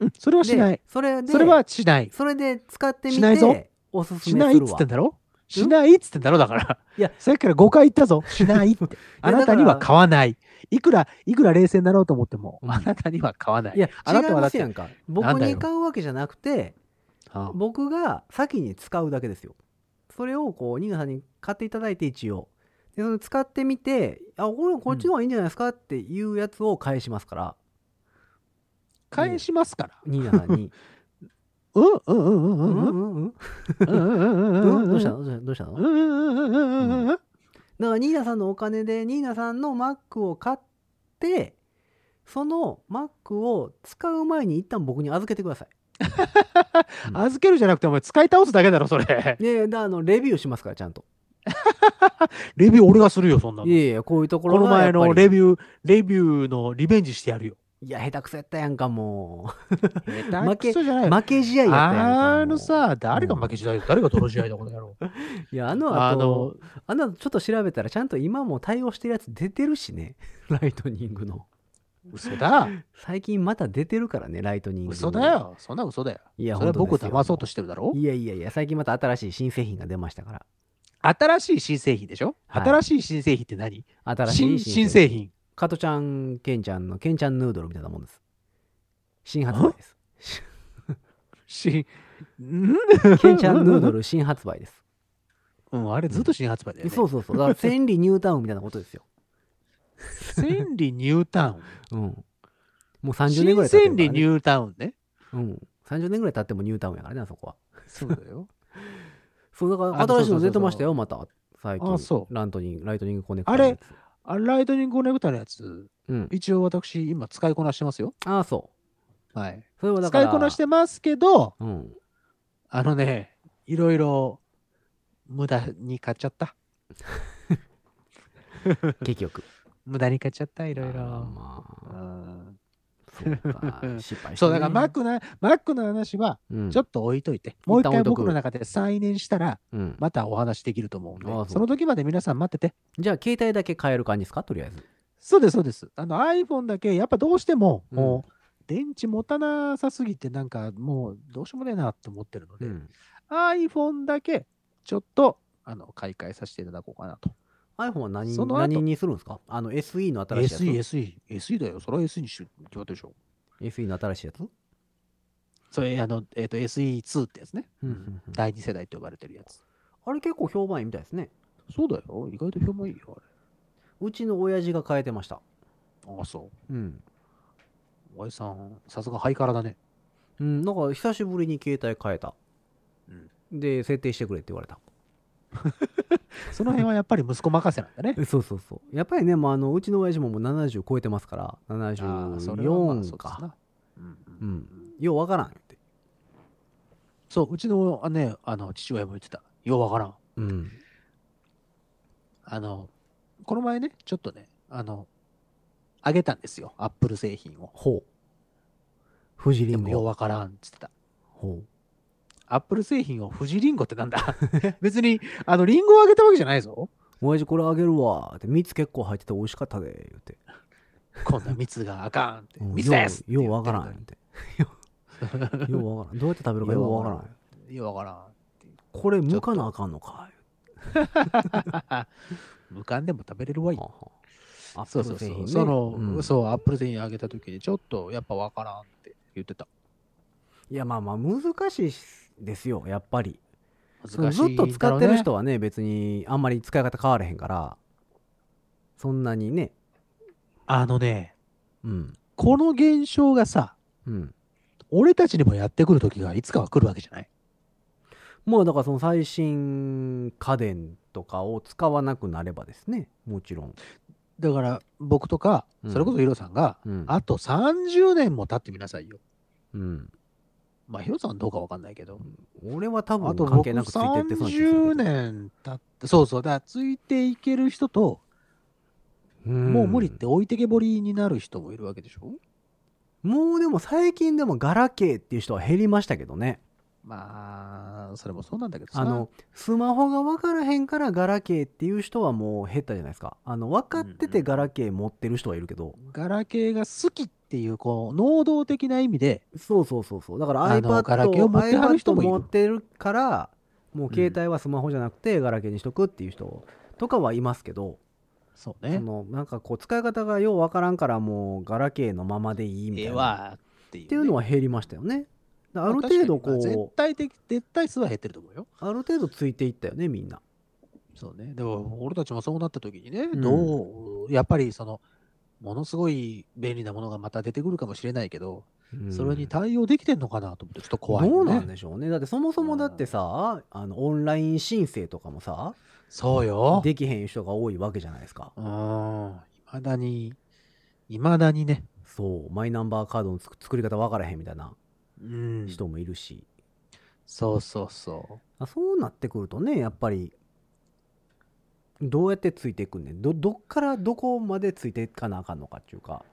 Speaker 3: うんそれはしない
Speaker 2: でそれで、
Speaker 3: それはしない
Speaker 2: それで使ってみ
Speaker 3: しないぞ
Speaker 2: て、おすす
Speaker 3: しな
Speaker 2: め
Speaker 3: い
Speaker 2: す
Speaker 3: っ
Speaker 2: る
Speaker 3: つっ
Speaker 2: わ
Speaker 3: てん。だろしないっつってんだろだから。
Speaker 2: いや
Speaker 3: さっきから5回言ったぞ。しないって。あなたには買わない。いくら、いくら冷静になろうと思っても、
Speaker 2: うん
Speaker 3: あなたには買わない。
Speaker 2: いや、
Speaker 3: あな
Speaker 2: 違い
Speaker 3: たはだ
Speaker 2: ま
Speaker 3: っ
Speaker 2: す
Speaker 3: て
Speaker 2: やんか。僕
Speaker 3: なんだ
Speaker 2: に
Speaker 3: よ
Speaker 2: 買うわけじゃなくて、
Speaker 3: あ
Speaker 2: 僕が先に使うだけですよそれをこう新賀さんに買っていただいて一応でその使ってみてあこれこっちの方がいいんじゃないですかっていうやつを返しますから
Speaker 3: 返しますから。
Speaker 2: 新賀さんに
Speaker 3: うんうんうん
Speaker 2: 「ううん
Speaker 3: うんうんんうん。
Speaker 2: うん
Speaker 3: うんうんうん
Speaker 2: うん
Speaker 3: うん
Speaker 2: どうしたのどうしたどうしたの?」
Speaker 3: うんうんうんうんうんうんうん。
Speaker 2: だから新賀さんのお金で新賀さんの Mac を買ってその Mac を使う前に一旦僕に預けてくださいうん
Speaker 3: 預けるじゃなくて、お前使い倒すだけだろ、それ。
Speaker 2: いやいやだからあのレビューしますからちゃんと
Speaker 3: レビュー俺がするよ、そんなの。
Speaker 2: いやいやこういうとこ
Speaker 3: こ
Speaker 2: ろ
Speaker 3: の
Speaker 2: がや
Speaker 3: 前
Speaker 2: っぱり
Speaker 3: のレビュー、レビューのリベンジしてやるよ。
Speaker 2: いや下手くそやったやんかも
Speaker 3: 負
Speaker 2: け
Speaker 3: じゃな
Speaker 2: う
Speaker 3: いよ。
Speaker 2: 負け試合やったやんか
Speaker 3: あの
Speaker 2: も
Speaker 3: さ、誰が負け時代だよ、誰が泥試合だ、この野 郎。
Speaker 2: ういやあの後
Speaker 3: あの、
Speaker 2: あのちょっと調べたらちゃんと今も対応してるやつ出てるしね ライトニングの
Speaker 3: 嘘だ。
Speaker 2: 最近また出てるからねライトニングの
Speaker 3: 嘘だよ。そんな嘘だよ。
Speaker 2: いや
Speaker 3: それは僕
Speaker 2: 本
Speaker 3: を
Speaker 2: 当ですよ
Speaker 3: 騙そうとしてるだろ
Speaker 2: いやいやいや最近また新しい新製品が出ましたから
Speaker 3: 新しい新製品でしょ、
Speaker 2: はい
Speaker 3: 新しい新製品って何
Speaker 2: 新しい
Speaker 3: 新新製品。
Speaker 2: 加トちゃんケンちゃんのケンちゃんヌードルみたいなもんです新発売 です
Speaker 3: 新、ん
Speaker 2: ケンちゃんヌードル新発売です
Speaker 3: うん、あれずっと新発売だよね。
Speaker 2: そうそうそう。だから、千里ニュータウンみたいなこと ですよ。
Speaker 3: 千里ニュータウン。
Speaker 2: うん。もう30
Speaker 3: 新
Speaker 2: 年ぐらい経って
Speaker 3: 千
Speaker 2: るか
Speaker 3: 里
Speaker 2: ら、
Speaker 3: ニ
Speaker 2: ね。
Speaker 3: ュータウンね。
Speaker 2: うん。30年ぐらい経ってもニュータウンやからね、あそこは。
Speaker 3: そうだよ。
Speaker 2: そう、だから新
Speaker 3: あ
Speaker 2: しい
Speaker 3: そうそうそ
Speaker 2: の
Speaker 3: うそう
Speaker 2: 出てましたよ、また。最近。
Speaker 3: あそう
Speaker 2: ラントニング、ライトニングコネクタ
Speaker 3: あれ
Speaker 2: のやつ
Speaker 3: あライトニングコネクタのやつ、
Speaker 2: うん。
Speaker 3: 一応私、今使いこなしてますよ。
Speaker 2: ああ、そう。
Speaker 3: はい。
Speaker 2: それはだか
Speaker 3: 使
Speaker 2: ら。
Speaker 3: いこなしてますけど、
Speaker 2: うん。
Speaker 3: あのね、いろいろ無駄に買っちゃった。
Speaker 2: 結局。
Speaker 3: 無駄に買っちゃった、いろい
Speaker 2: あー
Speaker 3: ろ。う
Speaker 2: ま
Speaker 3: ん
Speaker 2: あ、そう か。失敗して、ね。
Speaker 3: そう、だからマックな、マックの話は、
Speaker 2: うん、
Speaker 3: ちょっと置いといて、もう一
Speaker 2: 一旦置
Speaker 3: 回
Speaker 2: いとく
Speaker 3: 僕の中で再燃したら、
Speaker 2: うん
Speaker 3: またお話できると思うんで、
Speaker 2: ああそう
Speaker 3: その時まで皆さん待ってて。
Speaker 2: じゃあ、携帯だけ変える感じですかとりあえず。
Speaker 3: そうです、そうです。あの iPhone だけ、やっぱどうしても、
Speaker 2: うん
Speaker 3: もう、電池持たなさすぎて、なんかもう、どうしようもねえなと思ってるので、
Speaker 2: うん。
Speaker 3: iPhone だけ、ちょっと、あの、買い替えさせていただこうかなと。
Speaker 2: iPhone は何に
Speaker 3: その後
Speaker 2: 何にするんですかあの SE の新しい
Speaker 3: SE、
Speaker 2: やつ。
Speaker 3: SE、SE だよ。それは SE にしよう決まってるでしょ。
Speaker 2: SE の新しいやつ
Speaker 3: それ、あの、えっ、と、SE2 ってやつね。
Speaker 2: うんうんうん
Speaker 3: 第二世代と呼ばれてるやつ。
Speaker 2: あれ結構評判いいみたいですね。
Speaker 3: そうだよ。意外と評判いいよ、
Speaker 2: うちの親父が変えてました。
Speaker 3: あれ。ああ、そう。
Speaker 2: うん。
Speaker 3: おやじさん、さすがハイカラだね。
Speaker 2: うん、なんか久しぶりに携帯変えた。
Speaker 3: うん
Speaker 2: で、設定してくれって言われた。
Speaker 3: その辺はやっぱり息子任せなん だね。
Speaker 2: えそうそうそう。やっぱりね、もうあのうちの親父ももう70超えてますから、
Speaker 3: ああ、それはまあそ
Speaker 2: 74
Speaker 3: うです
Speaker 2: か。
Speaker 3: な。うんう
Speaker 2: うんん。ようわからんって。
Speaker 3: そう、うちのあね、あの、父親も言ってた。ようわからん。
Speaker 2: うん。
Speaker 3: あの、この前ね、ちょっとね、あの、あげたんですよ。アップル製品を。
Speaker 2: ほう。富士リ
Speaker 3: で
Speaker 2: ン
Speaker 3: もよう
Speaker 2: ゴ。
Speaker 3: わからんって言ってた。
Speaker 2: ほ
Speaker 3: アップル製品を富士リンゴってな んだ別に、あの、リンゴをあげたわけじゃないぞ。
Speaker 2: う。親父これあげるわ。って蜜結構入ってて美味しかったで。言って。
Speaker 3: こんな蜜があかんって。
Speaker 2: うん
Speaker 3: 蜜です
Speaker 2: ようようわからんっ。
Speaker 3: って言ってたの
Speaker 2: ようわからん。どうやって食べるかようわから
Speaker 3: ようわ
Speaker 2: ん。
Speaker 3: に。ようわか
Speaker 2: これ、むかなあかんのか。
Speaker 3: らん。無感でも食べれるわい。
Speaker 2: はあはあアップ
Speaker 3: そう
Speaker 2: ル
Speaker 3: そう
Speaker 2: 製
Speaker 3: そ
Speaker 2: 品
Speaker 3: う。
Speaker 2: ね
Speaker 3: その、
Speaker 2: うん
Speaker 3: そう、アップル製品あげた時に、ちょっとやっぱわからんって言ってた。
Speaker 2: いやまあまあ難しいですよやっぱり、その
Speaker 3: 難しい
Speaker 2: ずっと使ってる
Speaker 3: だろ
Speaker 2: 人はね別にあんまり使い方変われへんからそんなにね
Speaker 3: うね。あのね、
Speaker 2: うん
Speaker 3: この現象がさ、
Speaker 2: うん
Speaker 3: 俺たちにもやってくる時がいつかは来るわけじゃない。
Speaker 2: まあだからその最新家電とかを使わなくなればですねもちろん、
Speaker 3: だから、僕とか
Speaker 2: う、ん
Speaker 3: それこそヒロさんが、
Speaker 2: うん
Speaker 3: あと30年も経ってみなさいよ。
Speaker 2: うん、
Speaker 3: まあ、ヒロさんはどうかわかんないけど。
Speaker 2: 俺は多
Speaker 3: あと
Speaker 2: 分関
Speaker 3: 僕
Speaker 2: 係なくついてってそうな気がす
Speaker 3: 30
Speaker 2: るけど
Speaker 3: 年経って、そうそう、だからついていける人と、
Speaker 2: うん
Speaker 3: もう無理って置いてけぼりになる人もいるわけでしょ
Speaker 2: もうでも最近でもガラケーっていう人は減りましたけどね
Speaker 3: まあ、それもそうなんだけどさ
Speaker 2: あの、スマホが分からへんからガラケーっていう人はもう減ったじゃないですかあの分かって
Speaker 3: うんう
Speaker 2: て
Speaker 3: ん
Speaker 2: ガラケー持ってる人はいるけど、
Speaker 3: ガラケーが好きっていう、こう、能動的な意味で、
Speaker 2: そうそうそうそうだから
Speaker 3: あ
Speaker 2: iPad
Speaker 3: のガラケーを持ってはる人もいる
Speaker 2: iPad 持ってるからもう携帯はスマホじゃなくてガラケーにしとくっていう人とかはいますけど、
Speaker 3: そう
Speaker 2: そ。のなんかこう使い方がよう分からんからもうガラケーのままでいいみたい
Speaker 3: で
Speaker 2: なっ
Speaker 3: は、っていうね、
Speaker 2: ていうのは減りましたよねだからある
Speaker 3: ま
Speaker 2: 程度
Speaker 3: 確かにまあ絶
Speaker 2: こ
Speaker 3: 対的、絶対数は減ってると思うよ。
Speaker 2: うある程度ついていったよねみんな
Speaker 3: そうね。でも、俺たちもそうなった時にね、
Speaker 2: ん
Speaker 3: どう、やっぱりその、ものすごい便利なものがまた出てくるかもしれないけど、それに対応できてんのかなと思って、ちょっと怖い、ね。
Speaker 2: どうなんでしょうねだってそもそもだってさあのオンライン申請とかもさ
Speaker 3: そうよ。
Speaker 2: できへん人が多いわけじゃないですか
Speaker 3: うーん。いまだに、いまだにね、
Speaker 2: そうマイナンバーカードのつく作り方わからへんみたいな
Speaker 3: うん
Speaker 2: 人もいるし、
Speaker 3: そうそうそう。
Speaker 2: あそうなってくるとねやっぱりどうやってついていくんねんどどっからどこまでついていかなあかんのかっていうか、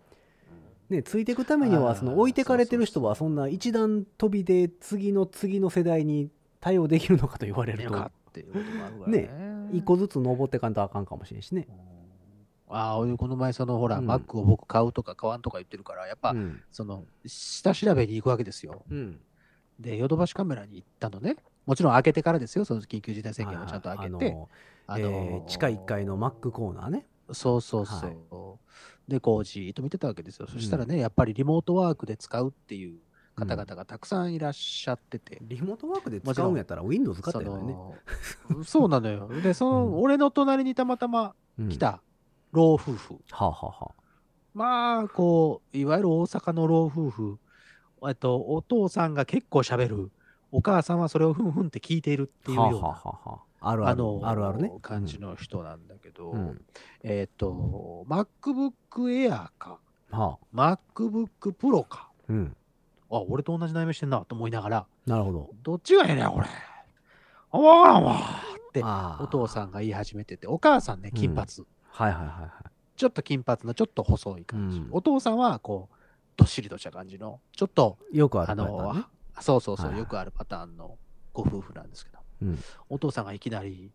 Speaker 2: ね、ついていくために
Speaker 3: あ
Speaker 2: は
Speaker 3: ー
Speaker 2: その置いてかれてる人は
Speaker 3: そ
Speaker 2: そんな一段飛びで次の次の世代に対応できるのかと言われる
Speaker 3: よか
Speaker 2: と
Speaker 3: っていうこともあるからね。
Speaker 2: 一個ずつ登ってかんとあかんかもしれんしね。
Speaker 3: ああ、俺この前、そのほら、
Speaker 2: うん
Speaker 3: マックを僕買うとか買わんとか言ってるから、やっぱ、
Speaker 2: うん
Speaker 3: その、下調べに行くわけですよ。
Speaker 2: うん
Speaker 3: で、ヨドバシカメラに行ったのね。もちろん開けてからですよ、その緊急事態宣言をちゃんと開けて。
Speaker 2: あのえー地下1階のマックコーナーね。
Speaker 3: そうそうそう。で、こうじーっと見てたわけですよ。そしたらね、やっぱりリモートワークで使うっていう方々がたくさんいらっしゃってて、
Speaker 2: リモートワークで使うんやったら Windows 使っ
Speaker 3: そ
Speaker 2: たよね。
Speaker 3: のそうなのよ。で、その、
Speaker 2: うん
Speaker 3: 俺の隣にたまたま
Speaker 2: うん
Speaker 3: 来。た老夫婦。
Speaker 2: はあ、はあはあ、
Speaker 3: まあ、こう、いわゆる大阪の老夫婦。えっと、お父さんが結構喋る。お母さんはそれをふんふんって聞いているっていうよう
Speaker 2: はあは
Speaker 3: な。
Speaker 2: あはあはあ。あるある。あるあるね。
Speaker 3: 感じの人なんだけど、
Speaker 2: うん。うん
Speaker 3: えっ、と、MacBook Air か、
Speaker 2: はあ。
Speaker 3: MacBook Pro か、
Speaker 2: うん。
Speaker 3: あ、俺と同じ悩みしてんなと思いながら、
Speaker 2: なるほど。
Speaker 3: どっちがええねん、俺。あ、わからんわ。で
Speaker 2: あー
Speaker 3: お父さんが言い始めてて、お母さんね、金髪、
Speaker 2: はいはいはいはい。
Speaker 3: ちょっと金髪のちょっと細い感じ。
Speaker 2: うん
Speaker 3: お父さんは、こう、どっしりとした感じの、ちょっと、
Speaker 2: よくある
Speaker 3: あ
Speaker 2: パターンね
Speaker 3: の、あそうそうそ
Speaker 2: は
Speaker 3: う、
Speaker 2: い
Speaker 3: よくあるパターンのご夫婦なんですけど、
Speaker 2: うん
Speaker 3: お父さんがいきなり、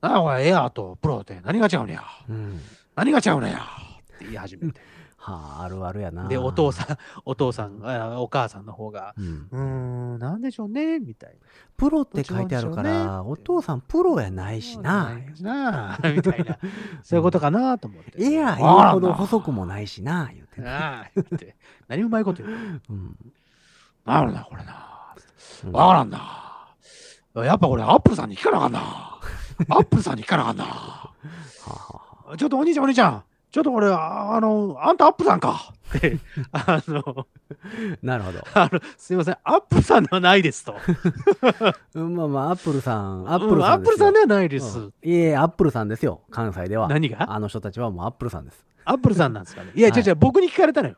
Speaker 3: なあ、おい、エアーとプロって何が違うねや。
Speaker 2: うん、は
Speaker 3: 何が違うのやって言い始めて。
Speaker 2: あ、あるある やな。
Speaker 3: で、お父さん、お父さん、あお母さんの方が、
Speaker 2: ん、
Speaker 3: うーん、なんでしょうね、みたいな。
Speaker 2: プロって書いてあるか
Speaker 3: どっち
Speaker 2: ら、
Speaker 3: も一緒
Speaker 2: お
Speaker 3: ね
Speaker 2: 父さんプロやないしな。
Speaker 3: なあ、 みたいな。そういうことかなと思って。
Speaker 2: エア
Speaker 3: わか
Speaker 2: 言
Speaker 3: ら
Speaker 2: うんほ
Speaker 3: な
Speaker 2: ど細くもないしな、言うてね。
Speaker 3: なあ、言って。何うまいこと言う
Speaker 2: うん。
Speaker 3: のなるな、これな。
Speaker 2: うん
Speaker 3: わからんな。やっぱ俺、アップルさんに聞かなあかんな。アップルさんに聞かなあかんな。
Speaker 2: はあはあは
Speaker 3: ちょっとお兄ちゃん、お兄ちゃん。ちょっと俺、ああの、あんたアップルさんか。って、あの、
Speaker 2: あ なるほど。
Speaker 3: あの、すいません、アップルさんではないですと。
Speaker 2: うんまあまあ、アップルさん、アッ
Speaker 3: ア
Speaker 2: プルさん。
Speaker 3: アップルさんではないで。
Speaker 2: ですようんいえ、アップルさんですよ、関西では。
Speaker 3: 何が
Speaker 2: あの人たちはもうアップルさんです。
Speaker 3: アップルさんなんですかね。いや、
Speaker 2: はい
Speaker 3: 違う違う、僕に聞かれたのよ。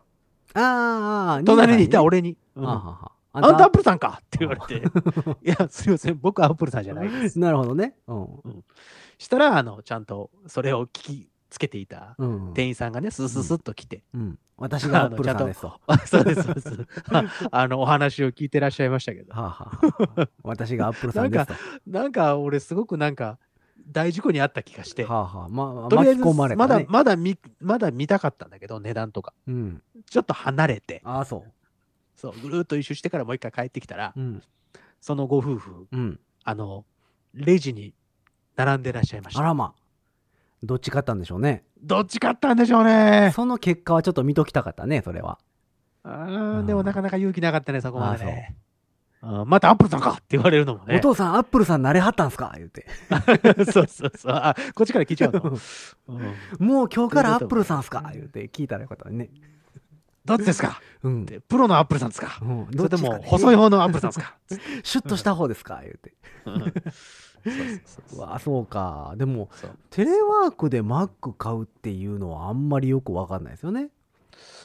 Speaker 2: あーあー、
Speaker 3: 隣にいた
Speaker 2: 兄
Speaker 3: 俺に。
Speaker 2: さ
Speaker 3: うん
Speaker 2: んね。あ
Speaker 3: あ
Speaker 2: ははあ
Speaker 3: んたア
Speaker 2: プ
Speaker 3: ップルさんかって言われて。 いや、すいません、僕はアップルさんじゃないです。
Speaker 2: なるほどね。うん。
Speaker 3: したら、あの、ちゃんとそれを聞きつけていた
Speaker 2: うん。
Speaker 3: 店員さんがね、スースースッと来て。
Speaker 2: うん、私がアップルさん ですと。は
Speaker 3: あそうです、そう です。ああの、お話を聞いてらっしゃいましたけど
Speaker 2: あ。はあはあ私がアップルさんですと。
Speaker 3: なんか、俺、すごくなんか、大事故にあった気がして。
Speaker 2: はあはあ、まあ、
Speaker 3: とりあえ
Speaker 2: 巻
Speaker 3: ず、
Speaker 2: き込まれた、ね。
Speaker 3: まだ、まだ見、まだ見たかったんだけど、値段とか。
Speaker 2: うん。
Speaker 3: ちょっと離れて、
Speaker 2: ああ、そ
Speaker 3: そう、ぐるーっと一周してからもう一回帰ってきたら
Speaker 2: う。、うん。
Speaker 3: そのご夫婦、
Speaker 2: うん。
Speaker 3: あの、レジに並んでらっしゃいまし
Speaker 2: あ
Speaker 3: た。
Speaker 2: らまあ。どっち勝ったんでしょうね。
Speaker 3: どっち勝ったんでしょうね。
Speaker 2: その結果はちょっと見ときたかったね、それは。
Speaker 3: うーん、でもなかなか勇気なかったね、そこまでね。うんまたアップルさんかって言われるのもね。
Speaker 2: お父さん、アップルさん慣れはったんすか言うて。
Speaker 3: そうそうそう。あ、こっちから聞いちゃうの。うん
Speaker 2: もう今日からア
Speaker 3: そういうこと
Speaker 2: ップルさんすか言うて聞いたらよかったね。
Speaker 3: どっちですか
Speaker 2: うん
Speaker 3: っ。てプロのアップルさんですか
Speaker 2: うん
Speaker 3: それ
Speaker 2: ど
Speaker 3: と
Speaker 2: っ
Speaker 3: も
Speaker 2: ちかね
Speaker 3: 細い方のアップルさんですかつって
Speaker 2: シュッとした方ですか言うて。
Speaker 3: うんそうそうそうう
Speaker 2: わあ、そうか。でも、
Speaker 3: そう
Speaker 2: テレワークで Mac 買うっていうのはあんまりよくわかんないですよね。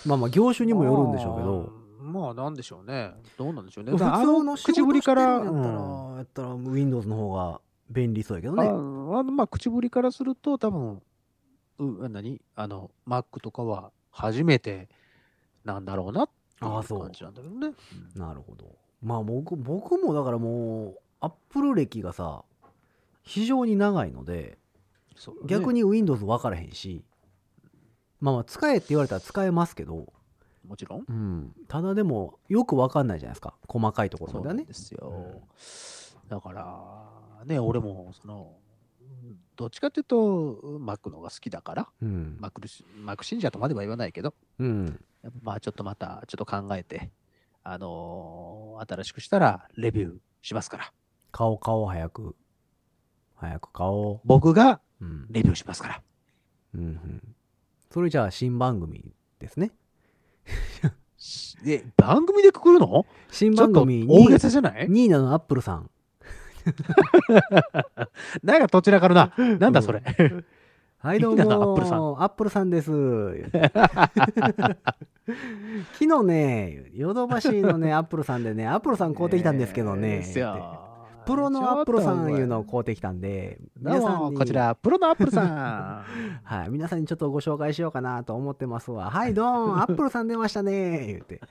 Speaker 2: まあまあ、業種にもよるんでしょうけど。
Speaker 3: まあ。まあ、なんでしょうね。どうなんでしょうね。
Speaker 2: 普通の仕
Speaker 3: 口ぶ
Speaker 2: 事
Speaker 3: り
Speaker 2: して
Speaker 3: か
Speaker 2: るん
Speaker 3: ら、
Speaker 2: やったら、
Speaker 3: うん
Speaker 2: やったら Windows の方が便利そうやけど
Speaker 3: ああ
Speaker 2: ね。
Speaker 3: のまあ、口ぶりからすると、多分うあ何あの、Mac とかは初めてなんだろうなっていう
Speaker 2: ああそう
Speaker 3: 感じなんだけどね。
Speaker 2: なるほど。まあ僕僕もだからもう、Apple 歴がさ、非常に長いので、
Speaker 3: そう
Speaker 2: 逆に
Speaker 3: ね
Speaker 2: Windows 分からへんし、まあまあ使えって言われたら使えますけど、
Speaker 3: もちろん。
Speaker 2: うん、ただでもよく分かんないじゃないですか、細かいところ
Speaker 3: そ
Speaker 2: まで
Speaker 3: う
Speaker 2: は
Speaker 3: なん
Speaker 2: ね
Speaker 3: で。すよ。だから、ね、俺も、その、うんどっちかっていうと、Mac の方が好きだから、
Speaker 2: うん。
Speaker 3: Mac るし Mac 信者とまでは言わないけど、
Speaker 2: うん。
Speaker 3: やっぱまあ、ちょっとまた、ちょっと考えて、あのー新しくしたら、レビューしますから。
Speaker 2: 顔顔早く。早く顔。
Speaker 3: 僕が
Speaker 2: うん。
Speaker 3: レビューしますから。
Speaker 2: うんうん。それじゃあ新番組ですね。
Speaker 3: しえ、番組でくくるの
Speaker 2: 新
Speaker 3: ちょっ
Speaker 2: 番
Speaker 3: と
Speaker 2: 組
Speaker 3: 大
Speaker 2: に
Speaker 3: げさじゃない
Speaker 2: ニーナのアップルさん。
Speaker 3: なんかどちらからな。なんだそれ。
Speaker 2: はい、どう
Speaker 3: ニ
Speaker 2: も。
Speaker 3: ーナのアップルさん
Speaker 2: アップルさん です。昨日ね、ヨドバシのね、アップルさんでね、アップルさん買うてきたんですけどね。
Speaker 3: ですよ
Speaker 2: プロのアップルさんいうのを買うてきたんで、
Speaker 3: どう
Speaker 2: 皆さん
Speaker 3: も、
Speaker 2: に
Speaker 3: こちら、プロのアップルさん。
Speaker 2: はい、皆さんにちょっとご紹介しようかなと思ってますわ。はい、どー ん、アップルさん出ましたね言うて。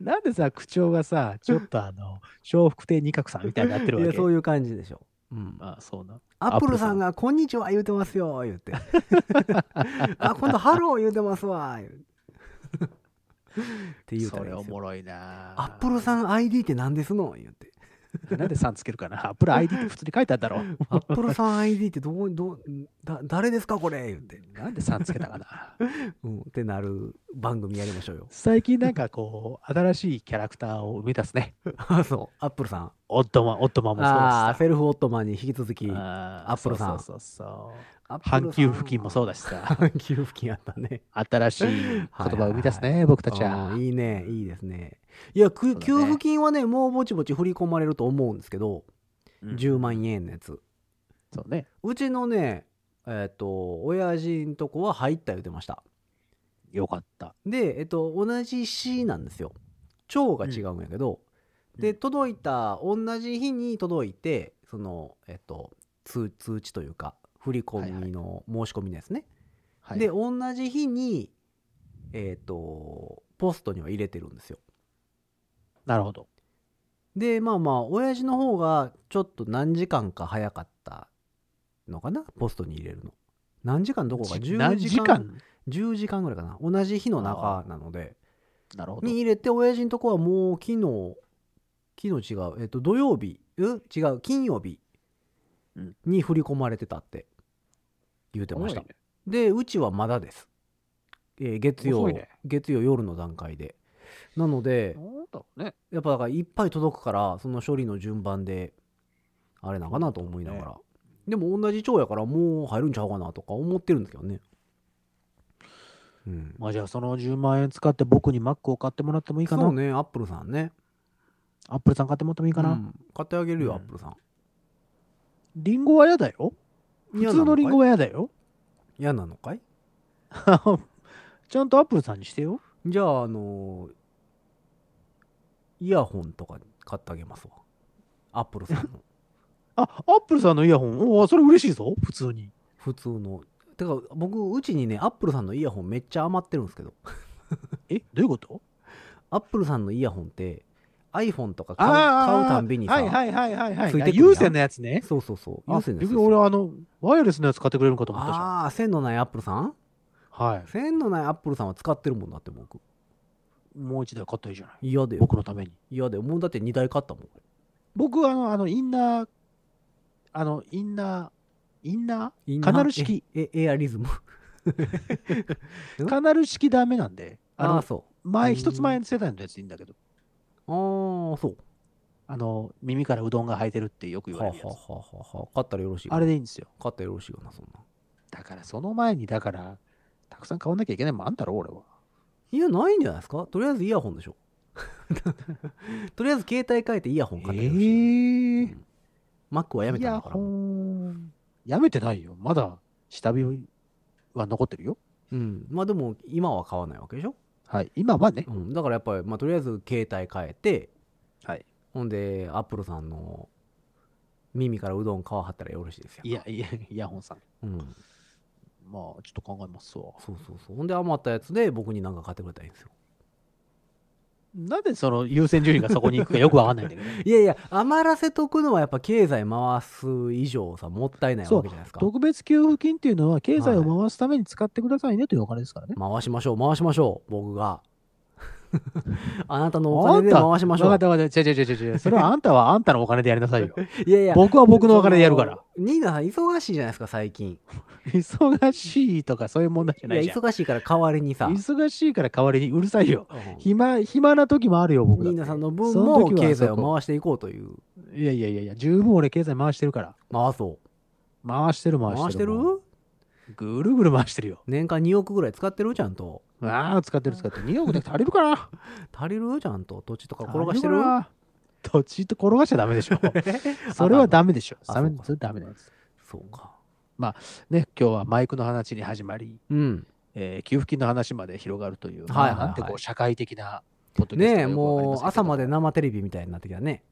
Speaker 3: なんでさ、口調がさ、ちょっとあ の、笑福亭二角さんみたいになってる
Speaker 2: い
Speaker 3: わ
Speaker 2: や、
Speaker 3: け。
Speaker 2: そういう感じでしょ。うん、
Speaker 3: あ、そうな。
Speaker 2: アップルさんが「こんにちは」言うてますよ言う て「あ今度ハロー」言うてますわ言うって言うた
Speaker 3: そ
Speaker 2: らい
Speaker 3: れ
Speaker 2: いん
Speaker 3: お
Speaker 2: ですよ
Speaker 3: もろいな。
Speaker 2: アップルさん ID って何ですの?」言うて
Speaker 3: ってなんで3つけるかな。アップル ID って普通に書いてあるだ ろ。
Speaker 2: アップルさん ID ってどう、どう、だ、誰ですかこれ言って。
Speaker 3: なんで3つけたかな。。
Speaker 2: うん。ってなる番組やりましょうよ
Speaker 3: 最近なんかこう、新しいキャラクターを生み出すね。
Speaker 2: あ、そう。アップルさん。
Speaker 3: オットマン、オットマンもそう
Speaker 2: ああー、
Speaker 3: だし
Speaker 2: セルフオットマンに引き続き、
Speaker 3: さ。
Speaker 2: ア
Speaker 3: あ
Speaker 2: アップルさん
Speaker 3: そうそうそう
Speaker 2: ッ。
Speaker 3: そう。阪急付近もそううだしさ。
Speaker 2: 阪急付近あったね。
Speaker 3: 新しい言葉を生み出すね、僕たち
Speaker 2: あ
Speaker 3: は
Speaker 2: ー。いいね、いいですね。いや、く
Speaker 3: うだね
Speaker 2: 給付金はね、もうぼちぼち振り込まれると思うんですけど、
Speaker 3: うん
Speaker 2: 10万円のやつ。
Speaker 3: そうね。
Speaker 2: うちのね、えっ、と、親父んとこは入った言ってました。
Speaker 3: よかった。
Speaker 2: で、えっと、同じ市なんですよ。町が違うんやけど、
Speaker 3: うんう
Speaker 2: で、
Speaker 3: ん
Speaker 2: 届いた、同じ日に届いて、その、えっと、通通知というか、振り込みの申し込みのやつね。
Speaker 3: はい。
Speaker 2: で、同じ日に、えっと、ポストには入れてるんですよ。
Speaker 3: なるほど。
Speaker 2: で、まあまあ、親父の方が、ちょっと何時間か早かったのかな、ポストに入れるの。何時間どこか、
Speaker 3: じ
Speaker 2: 10
Speaker 3: 何
Speaker 2: 時
Speaker 3: 時
Speaker 2: 間
Speaker 3: 間
Speaker 2: ?10 時間ぐらいかな。同じ日の中なので。
Speaker 3: なるほど。
Speaker 2: に入れて親父のとこはもう昨日昨日違うえっと土曜日うん違う金曜日
Speaker 3: うん
Speaker 2: に振り込まれてたって言うてました、
Speaker 3: 多いね
Speaker 2: でうちはまだです、えー月曜、
Speaker 3: 遅いね
Speaker 2: 月曜夜の段階でなので
Speaker 3: なんだろうね。
Speaker 2: やっぱだからいっぱい届くからその処理の順番であれなんかなと思いながら、でも同じ町やからもう入るんちゃうかなとか思ってるんですけどねうん
Speaker 3: まあじゃあその10万円使って僕に Mac を買ってもらってもいいか
Speaker 2: そう
Speaker 3: な。
Speaker 2: ねアップルさんね
Speaker 3: アップルさん買ってもらってもいいか
Speaker 2: う
Speaker 3: な。
Speaker 2: ん買ってあげるよ、
Speaker 3: うん
Speaker 2: アップルさん
Speaker 3: リンゴは嫌だよ。普通のリンゴ
Speaker 2: は
Speaker 3: は嫌だよ。
Speaker 2: 嫌なのかい
Speaker 3: ちゃんとアップルさんにしてよ。
Speaker 2: じゃああのーイヤホンとか買ってあげますわアップルさんの
Speaker 3: あ、アップルさんのイヤホン。おお、それ嬉しいぞ。普通に。
Speaker 2: 普通のてか僕うちにねアップルさんのイヤホンめっちゃ余ってるんですけど
Speaker 3: え、どういうこと
Speaker 2: アップルさんのイヤホンって iPhone とか買う
Speaker 3: あー
Speaker 2: 買うたんびにさ、
Speaker 3: はいはいはいはいはい。
Speaker 2: ついてくるやん
Speaker 3: 有線のやつね。
Speaker 2: そうそうそう
Speaker 3: あ
Speaker 2: 有線で
Speaker 3: びっ
Speaker 2: す
Speaker 3: くり俺、あの、ワイヤレスのやつ買ってくれるのかと思ったじゃん。
Speaker 2: ああー線のないアップルさん
Speaker 3: は
Speaker 2: 線のないアップルさんは使ってるもんだって僕
Speaker 3: い。もう一台買ったらいいじゃない。
Speaker 2: 嫌だよ
Speaker 3: 僕のために。
Speaker 2: 嫌だよもうだって2台買ったもん
Speaker 3: 僕はあの、あの、インナー、あの、インナー、インナ
Speaker 2: インナー
Speaker 3: カナル式
Speaker 2: ええエアリズム
Speaker 3: ーカナル式ダメなんで、あ
Speaker 2: ああ
Speaker 3: の、
Speaker 2: そ
Speaker 3: 前、一つ前の世代のやつでいいんだけど、
Speaker 2: うああそう
Speaker 3: あの、耳からうどんが生えてるってよく言わ
Speaker 2: は
Speaker 3: れ
Speaker 2: あ、
Speaker 3: るや
Speaker 2: は
Speaker 3: つ。
Speaker 2: あはあはあはあ、買ったらよろしいか
Speaker 3: あ
Speaker 2: な
Speaker 3: れでいいんですよ。
Speaker 2: 買ったらよろしいかなそんな
Speaker 3: だから、その前に、だから、たくさん買わなきゃいけないもんあんだろ、俺は。
Speaker 2: いやないんじゃないですかとりあえずイヤホンでしょ とりあえず携帯変えてイヤホン買ってほしい、
Speaker 3: え
Speaker 2: うんマックはやめ
Speaker 3: イ
Speaker 2: たん
Speaker 3: ヤ
Speaker 2: だから
Speaker 3: ホン。やめてないよ。まだ、下火は残ってるよ。
Speaker 2: うんまあでも今は買わないわけでしょ、
Speaker 3: はい。今はね
Speaker 2: う。ん、だからやっぱり、まあ、とりあえず携帯変えて
Speaker 3: はい。
Speaker 2: ほんでアップルさんの耳からうどん皮張ったらよろしいですよ
Speaker 3: いや、いや、イヤホンさん。
Speaker 2: うん、
Speaker 3: まあ、ちょっと考えますわ。
Speaker 2: そうそうそうほんで余ったやつで僕に何か買ってくれたらいいんですよ
Speaker 3: なんでその優先順位がそこに行くかよくわ かんないんだけど。
Speaker 2: いやいや余らせとくのはやっぱ経済回す以上さもったいないわけじゃないですか
Speaker 3: 特別給付金っていうのは、経済を回すために使ってくださいねというお金ですからね。
Speaker 2: 回しましょう回しましょう僕が あなたのお金で回しましょ
Speaker 3: わかっ
Speaker 2: う
Speaker 3: たわかった。違う違う違う違う。それはあんたはあんたのお金でやりなさいよ。
Speaker 2: いやいや
Speaker 3: 僕は僕のお金でやるから。
Speaker 2: そのニーナさん忙しいじゃないですか最近
Speaker 3: 忙しいとかそういう問題じゃ
Speaker 2: い
Speaker 3: な
Speaker 2: や
Speaker 3: いじゃん。
Speaker 2: 忙しいから代わりにさ
Speaker 3: 忙しいから代わりにうるさいよ。
Speaker 2: うん
Speaker 3: 暇、暇な時もあるよ、僕だっ
Speaker 2: ニー
Speaker 3: て
Speaker 2: ナさんの分
Speaker 3: その
Speaker 2: も
Speaker 3: 時は
Speaker 2: 経済
Speaker 3: そこ
Speaker 2: を回していこうという
Speaker 3: いやいやいやいや、十分俺経済回してるから。
Speaker 2: 回そう
Speaker 3: 回してる回
Speaker 2: 回
Speaker 3: してる。
Speaker 2: してる
Speaker 3: もうぐるぐる回してるよ。
Speaker 2: 年間2億ぐらい使ってるちゃんと
Speaker 3: ああ、使ってる使ってる。2億で足りるかな
Speaker 2: 足りるちゃんと土地とか転がしてる
Speaker 3: 足りかな土地と転がしちゃダメ でしょ。それはダメでしょ。
Speaker 2: あ
Speaker 3: ダメ
Speaker 2: そうか
Speaker 3: それダメなやつ。
Speaker 2: そうか
Speaker 3: ね、今日はマイクの話に始まり、
Speaker 2: うん
Speaker 3: えー給付金の話まで広がるという、
Speaker 2: はいはいはい
Speaker 3: まあなんてこう社会的なポッドキャスト
Speaker 2: ね
Speaker 3: か
Speaker 2: え
Speaker 3: よくわ
Speaker 2: もうん
Speaker 3: かりせけど
Speaker 2: 朝まで生テレビみたいになってきたね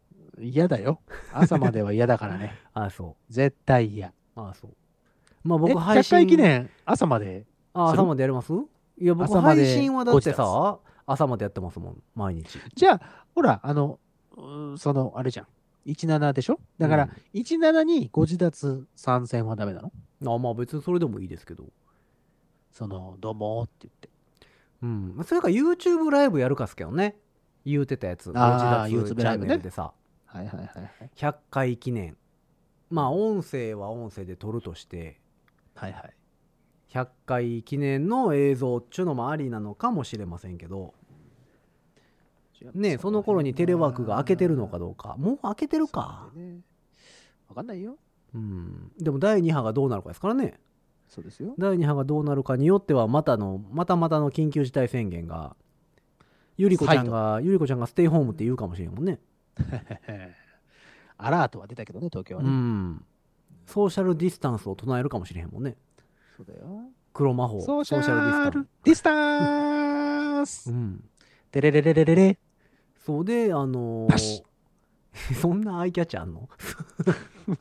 Speaker 3: 嫌だよ。朝までは嫌だからね。
Speaker 2: ああそ
Speaker 3: 絶対嫌。
Speaker 2: うああそうまあ
Speaker 3: え
Speaker 2: 僕配
Speaker 3: 100回
Speaker 2: 信
Speaker 3: 記念、朝まで。
Speaker 2: あ
Speaker 3: する
Speaker 2: 朝までやりますいや僕
Speaker 3: 朝ま
Speaker 2: 配
Speaker 3: で
Speaker 2: 信はだって
Speaker 3: 5
Speaker 2: さ朝までやってますもん毎日
Speaker 3: じゃあ、ほら、あの、うーその、あれじゃん。17でしょだから、17にご自立参戦はダメなの
Speaker 2: うんあまあ別にそれでもいいですけど
Speaker 3: その、どうもーって言って。
Speaker 2: うんそれか YouTube ライブやるかっすけどね言うてたやつ
Speaker 3: あー
Speaker 2: ご自立
Speaker 3: YouTube ライブ
Speaker 2: チ
Speaker 3: ね
Speaker 2: ャンネルでさ
Speaker 3: はいはいはいはい。
Speaker 2: 100回記念まあ音声は音声で撮るとして
Speaker 3: はいはい。
Speaker 2: 100回記念の映像っちゅうのもありなのかもしれませんけどねその頃にテレワークが明けてるのかどうかもう明けてるか
Speaker 3: そうだよねわかんないよ。
Speaker 2: うんでも第2波がどうなるかですからね
Speaker 3: そうですよ。
Speaker 2: 第2波がどうなるかによってはまたのまたまたの緊急事態宣言がゆり子ちゃんがゆり子ちゃんがステイホームって言うかもしれんもんね
Speaker 3: アラートは出たけどね、東京は
Speaker 2: う
Speaker 3: ね。
Speaker 2: んソーシャルディスタンスを唱えるかもしれへんもんね
Speaker 3: そうだよ。
Speaker 2: 黒魔法
Speaker 3: ソーシャルディスタン
Speaker 2: う
Speaker 3: ス
Speaker 2: ん
Speaker 3: てれれれれれれ。
Speaker 2: そうであのー
Speaker 3: パシ
Speaker 2: そんなアイキャッチャーあんの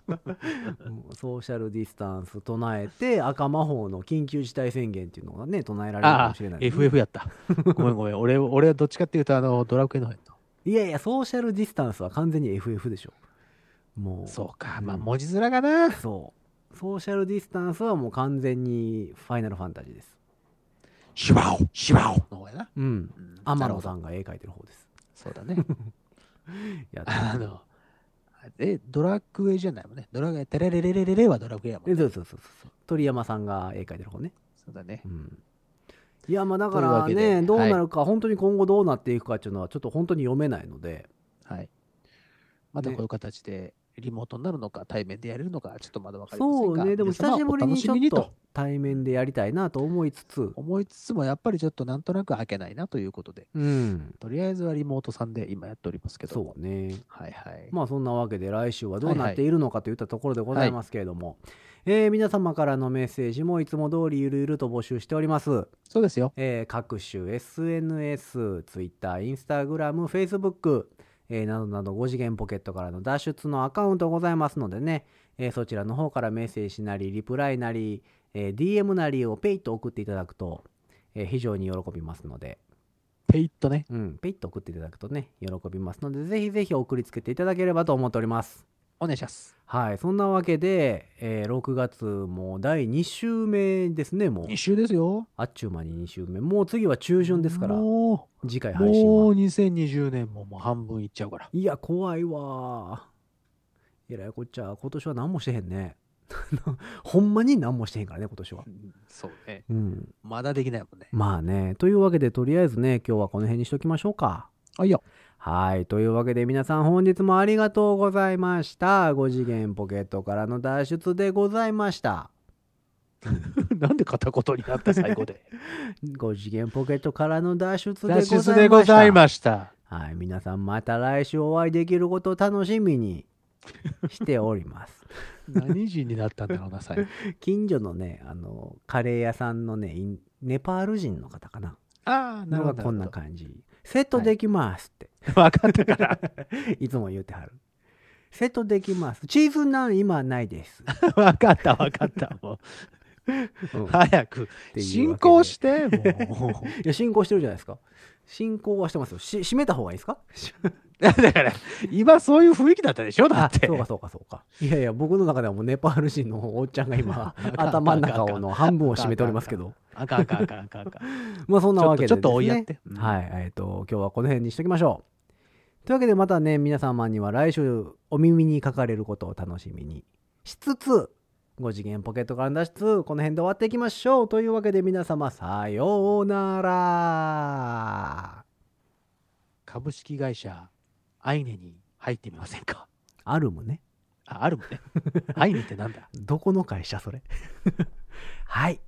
Speaker 2: うんソーシャルディスタンス唱えて赤魔法の緊急事態宣言っていうのがね唱えられるか
Speaker 3: あ
Speaker 2: も
Speaker 3: あ
Speaker 2: しれない、
Speaker 3: FF やった。ごめんごめん。俺、俺はどっちかっていうと、あの、ドラクエの方やった。
Speaker 2: いやいやソーシャルディスタンスは完全に FF でしょもう
Speaker 3: そうか。
Speaker 2: うん
Speaker 3: まあ、文字面がな。
Speaker 2: そうソーシャルディスタンスはもう完全にファイナルファンタジーです
Speaker 3: シバオシバオの方やな。
Speaker 2: うん
Speaker 3: う
Speaker 2: 天野
Speaker 3: なるほど
Speaker 2: さんが絵描いてる方です
Speaker 3: そうだね。
Speaker 2: やって
Speaker 3: あ
Speaker 2: る
Speaker 3: の、え、ドラクエじゃないもんね。ドラクエ、テレレレレレレはドラクエやもん
Speaker 2: え
Speaker 3: ね。
Speaker 2: そうそうそうそう鳥山さんが絵描いてる方ね
Speaker 3: そうだね
Speaker 2: う。んいやまあだか
Speaker 3: という
Speaker 2: ら
Speaker 3: わけでは
Speaker 2: ね
Speaker 3: い
Speaker 2: どうなるか、本当に今後どうなっていくかっていうのはちょっと本当に読めないので
Speaker 3: はい。まだ
Speaker 2: ね
Speaker 3: こういう形で、リモートになるのか、対面でやれるのか、ちょっとまだわかりません
Speaker 2: そ
Speaker 3: が。
Speaker 2: うねでも
Speaker 3: 皆
Speaker 2: 久
Speaker 3: 様
Speaker 2: しぶりにちょ
Speaker 3: お楽しみ
Speaker 2: っと対面でやりたいなと思いつつ
Speaker 3: 思いつつも、やっぱりちょっとなんとなく開けないなということで、
Speaker 2: うん
Speaker 3: とりあえずはリモートさんで今やっておりますけども。
Speaker 2: そうね
Speaker 3: はいはい。
Speaker 2: まあそんなわけで来週はどう
Speaker 3: はい
Speaker 2: な
Speaker 3: はい
Speaker 2: っているのかといったところでございますけれども、えー皆様からのメッセージもいつも通りゆるゆると募集しております、
Speaker 3: そうですよ。
Speaker 2: えー各種 SNS、Twitter、Instagram、Facebook、えーなどなど5次元ポケットからの脱出のアカウントございますのでね、えーそちらの方からメッセージなりリプライなり、えー DM なりをペイッと送っていただくと、えー非常に喜びますので
Speaker 3: ペイッとね。
Speaker 2: うん、ペイッと送っていただくとね、喜びますので、ぜひぜひ送りつけていただければと思っております。
Speaker 3: お願いします。
Speaker 2: はい、そんなわけで、えー6月も第2週目ですね、もう
Speaker 3: 2。週ですよ。
Speaker 2: あっちゅう間に2週目。もう次は中旬ですから、
Speaker 3: も
Speaker 2: 次回
Speaker 3: う、
Speaker 2: 配信は
Speaker 3: もう。2020年ももう半分いっちゃうから。
Speaker 2: いや、怖いわー。えらいこっちゃ、今年は何もしてへんね。 ほんまに何もしてへんからね、今年は。
Speaker 3: そうね。
Speaker 2: うん。
Speaker 3: まだできないもんね。
Speaker 2: まあね、というわけで、とりあえずね、今日はこの辺にしときましょうか。
Speaker 3: あ、いいよ。
Speaker 2: はい。というわけで皆さん本日もありがとうございました。5次元ポケットからの脱出でございました。
Speaker 3: なんで片言になった最 後で。
Speaker 2: 5次元ポケットからの脱出でございま
Speaker 3: 脱
Speaker 2: した。
Speaker 3: 出でございました。
Speaker 2: はい。皆さんまた来週お会いできることを楽しみにしております。
Speaker 3: 何人になったんだろう な、最後。
Speaker 2: 近所のね、あの、カレー屋さんのね、インネパール人の方かな。
Speaker 3: ああ、
Speaker 2: の
Speaker 3: なる
Speaker 2: が
Speaker 3: ほど。
Speaker 2: こんな感じ。セットできますって、
Speaker 3: 分かった から。
Speaker 2: い、つも言うてはる。セットできます。チーズナン今ないです。
Speaker 3: 分かった、分かった。も
Speaker 2: うん
Speaker 3: う、早く
Speaker 2: っていうわけで
Speaker 3: 進行して、もう。
Speaker 2: いや、進行してるじゃないですか。進行はしてますよ。し、閉めた方がいいですか
Speaker 3: だから、今そういう雰囲気だったでしょだ
Speaker 2: あ
Speaker 3: って。
Speaker 2: そうかそうかそうか。いやいや、僕の中ではもうネパール人のおっちゃんが今、頭の中をの半分を占めておりますけど。
Speaker 3: あかんあかんあかんあかんあかん。
Speaker 2: まあ そんなわけでです、
Speaker 3: ち
Speaker 2: ね。
Speaker 3: ょっとちょっと追いやってうん
Speaker 2: はい。えっ、と、今日はこの辺にしときましょう。というわけでまたね、皆様には来週お耳にかかれることを楽しみにしつつ、5次元ポケットからの脱出、この辺で終わっていきましょう。というわけで皆様、さようなら。
Speaker 3: 株式会社、アイネに入ってみませんか
Speaker 2: アルムね。
Speaker 3: あ、あるもんね。アイネってなんだ
Speaker 2: どこの会社それ はい。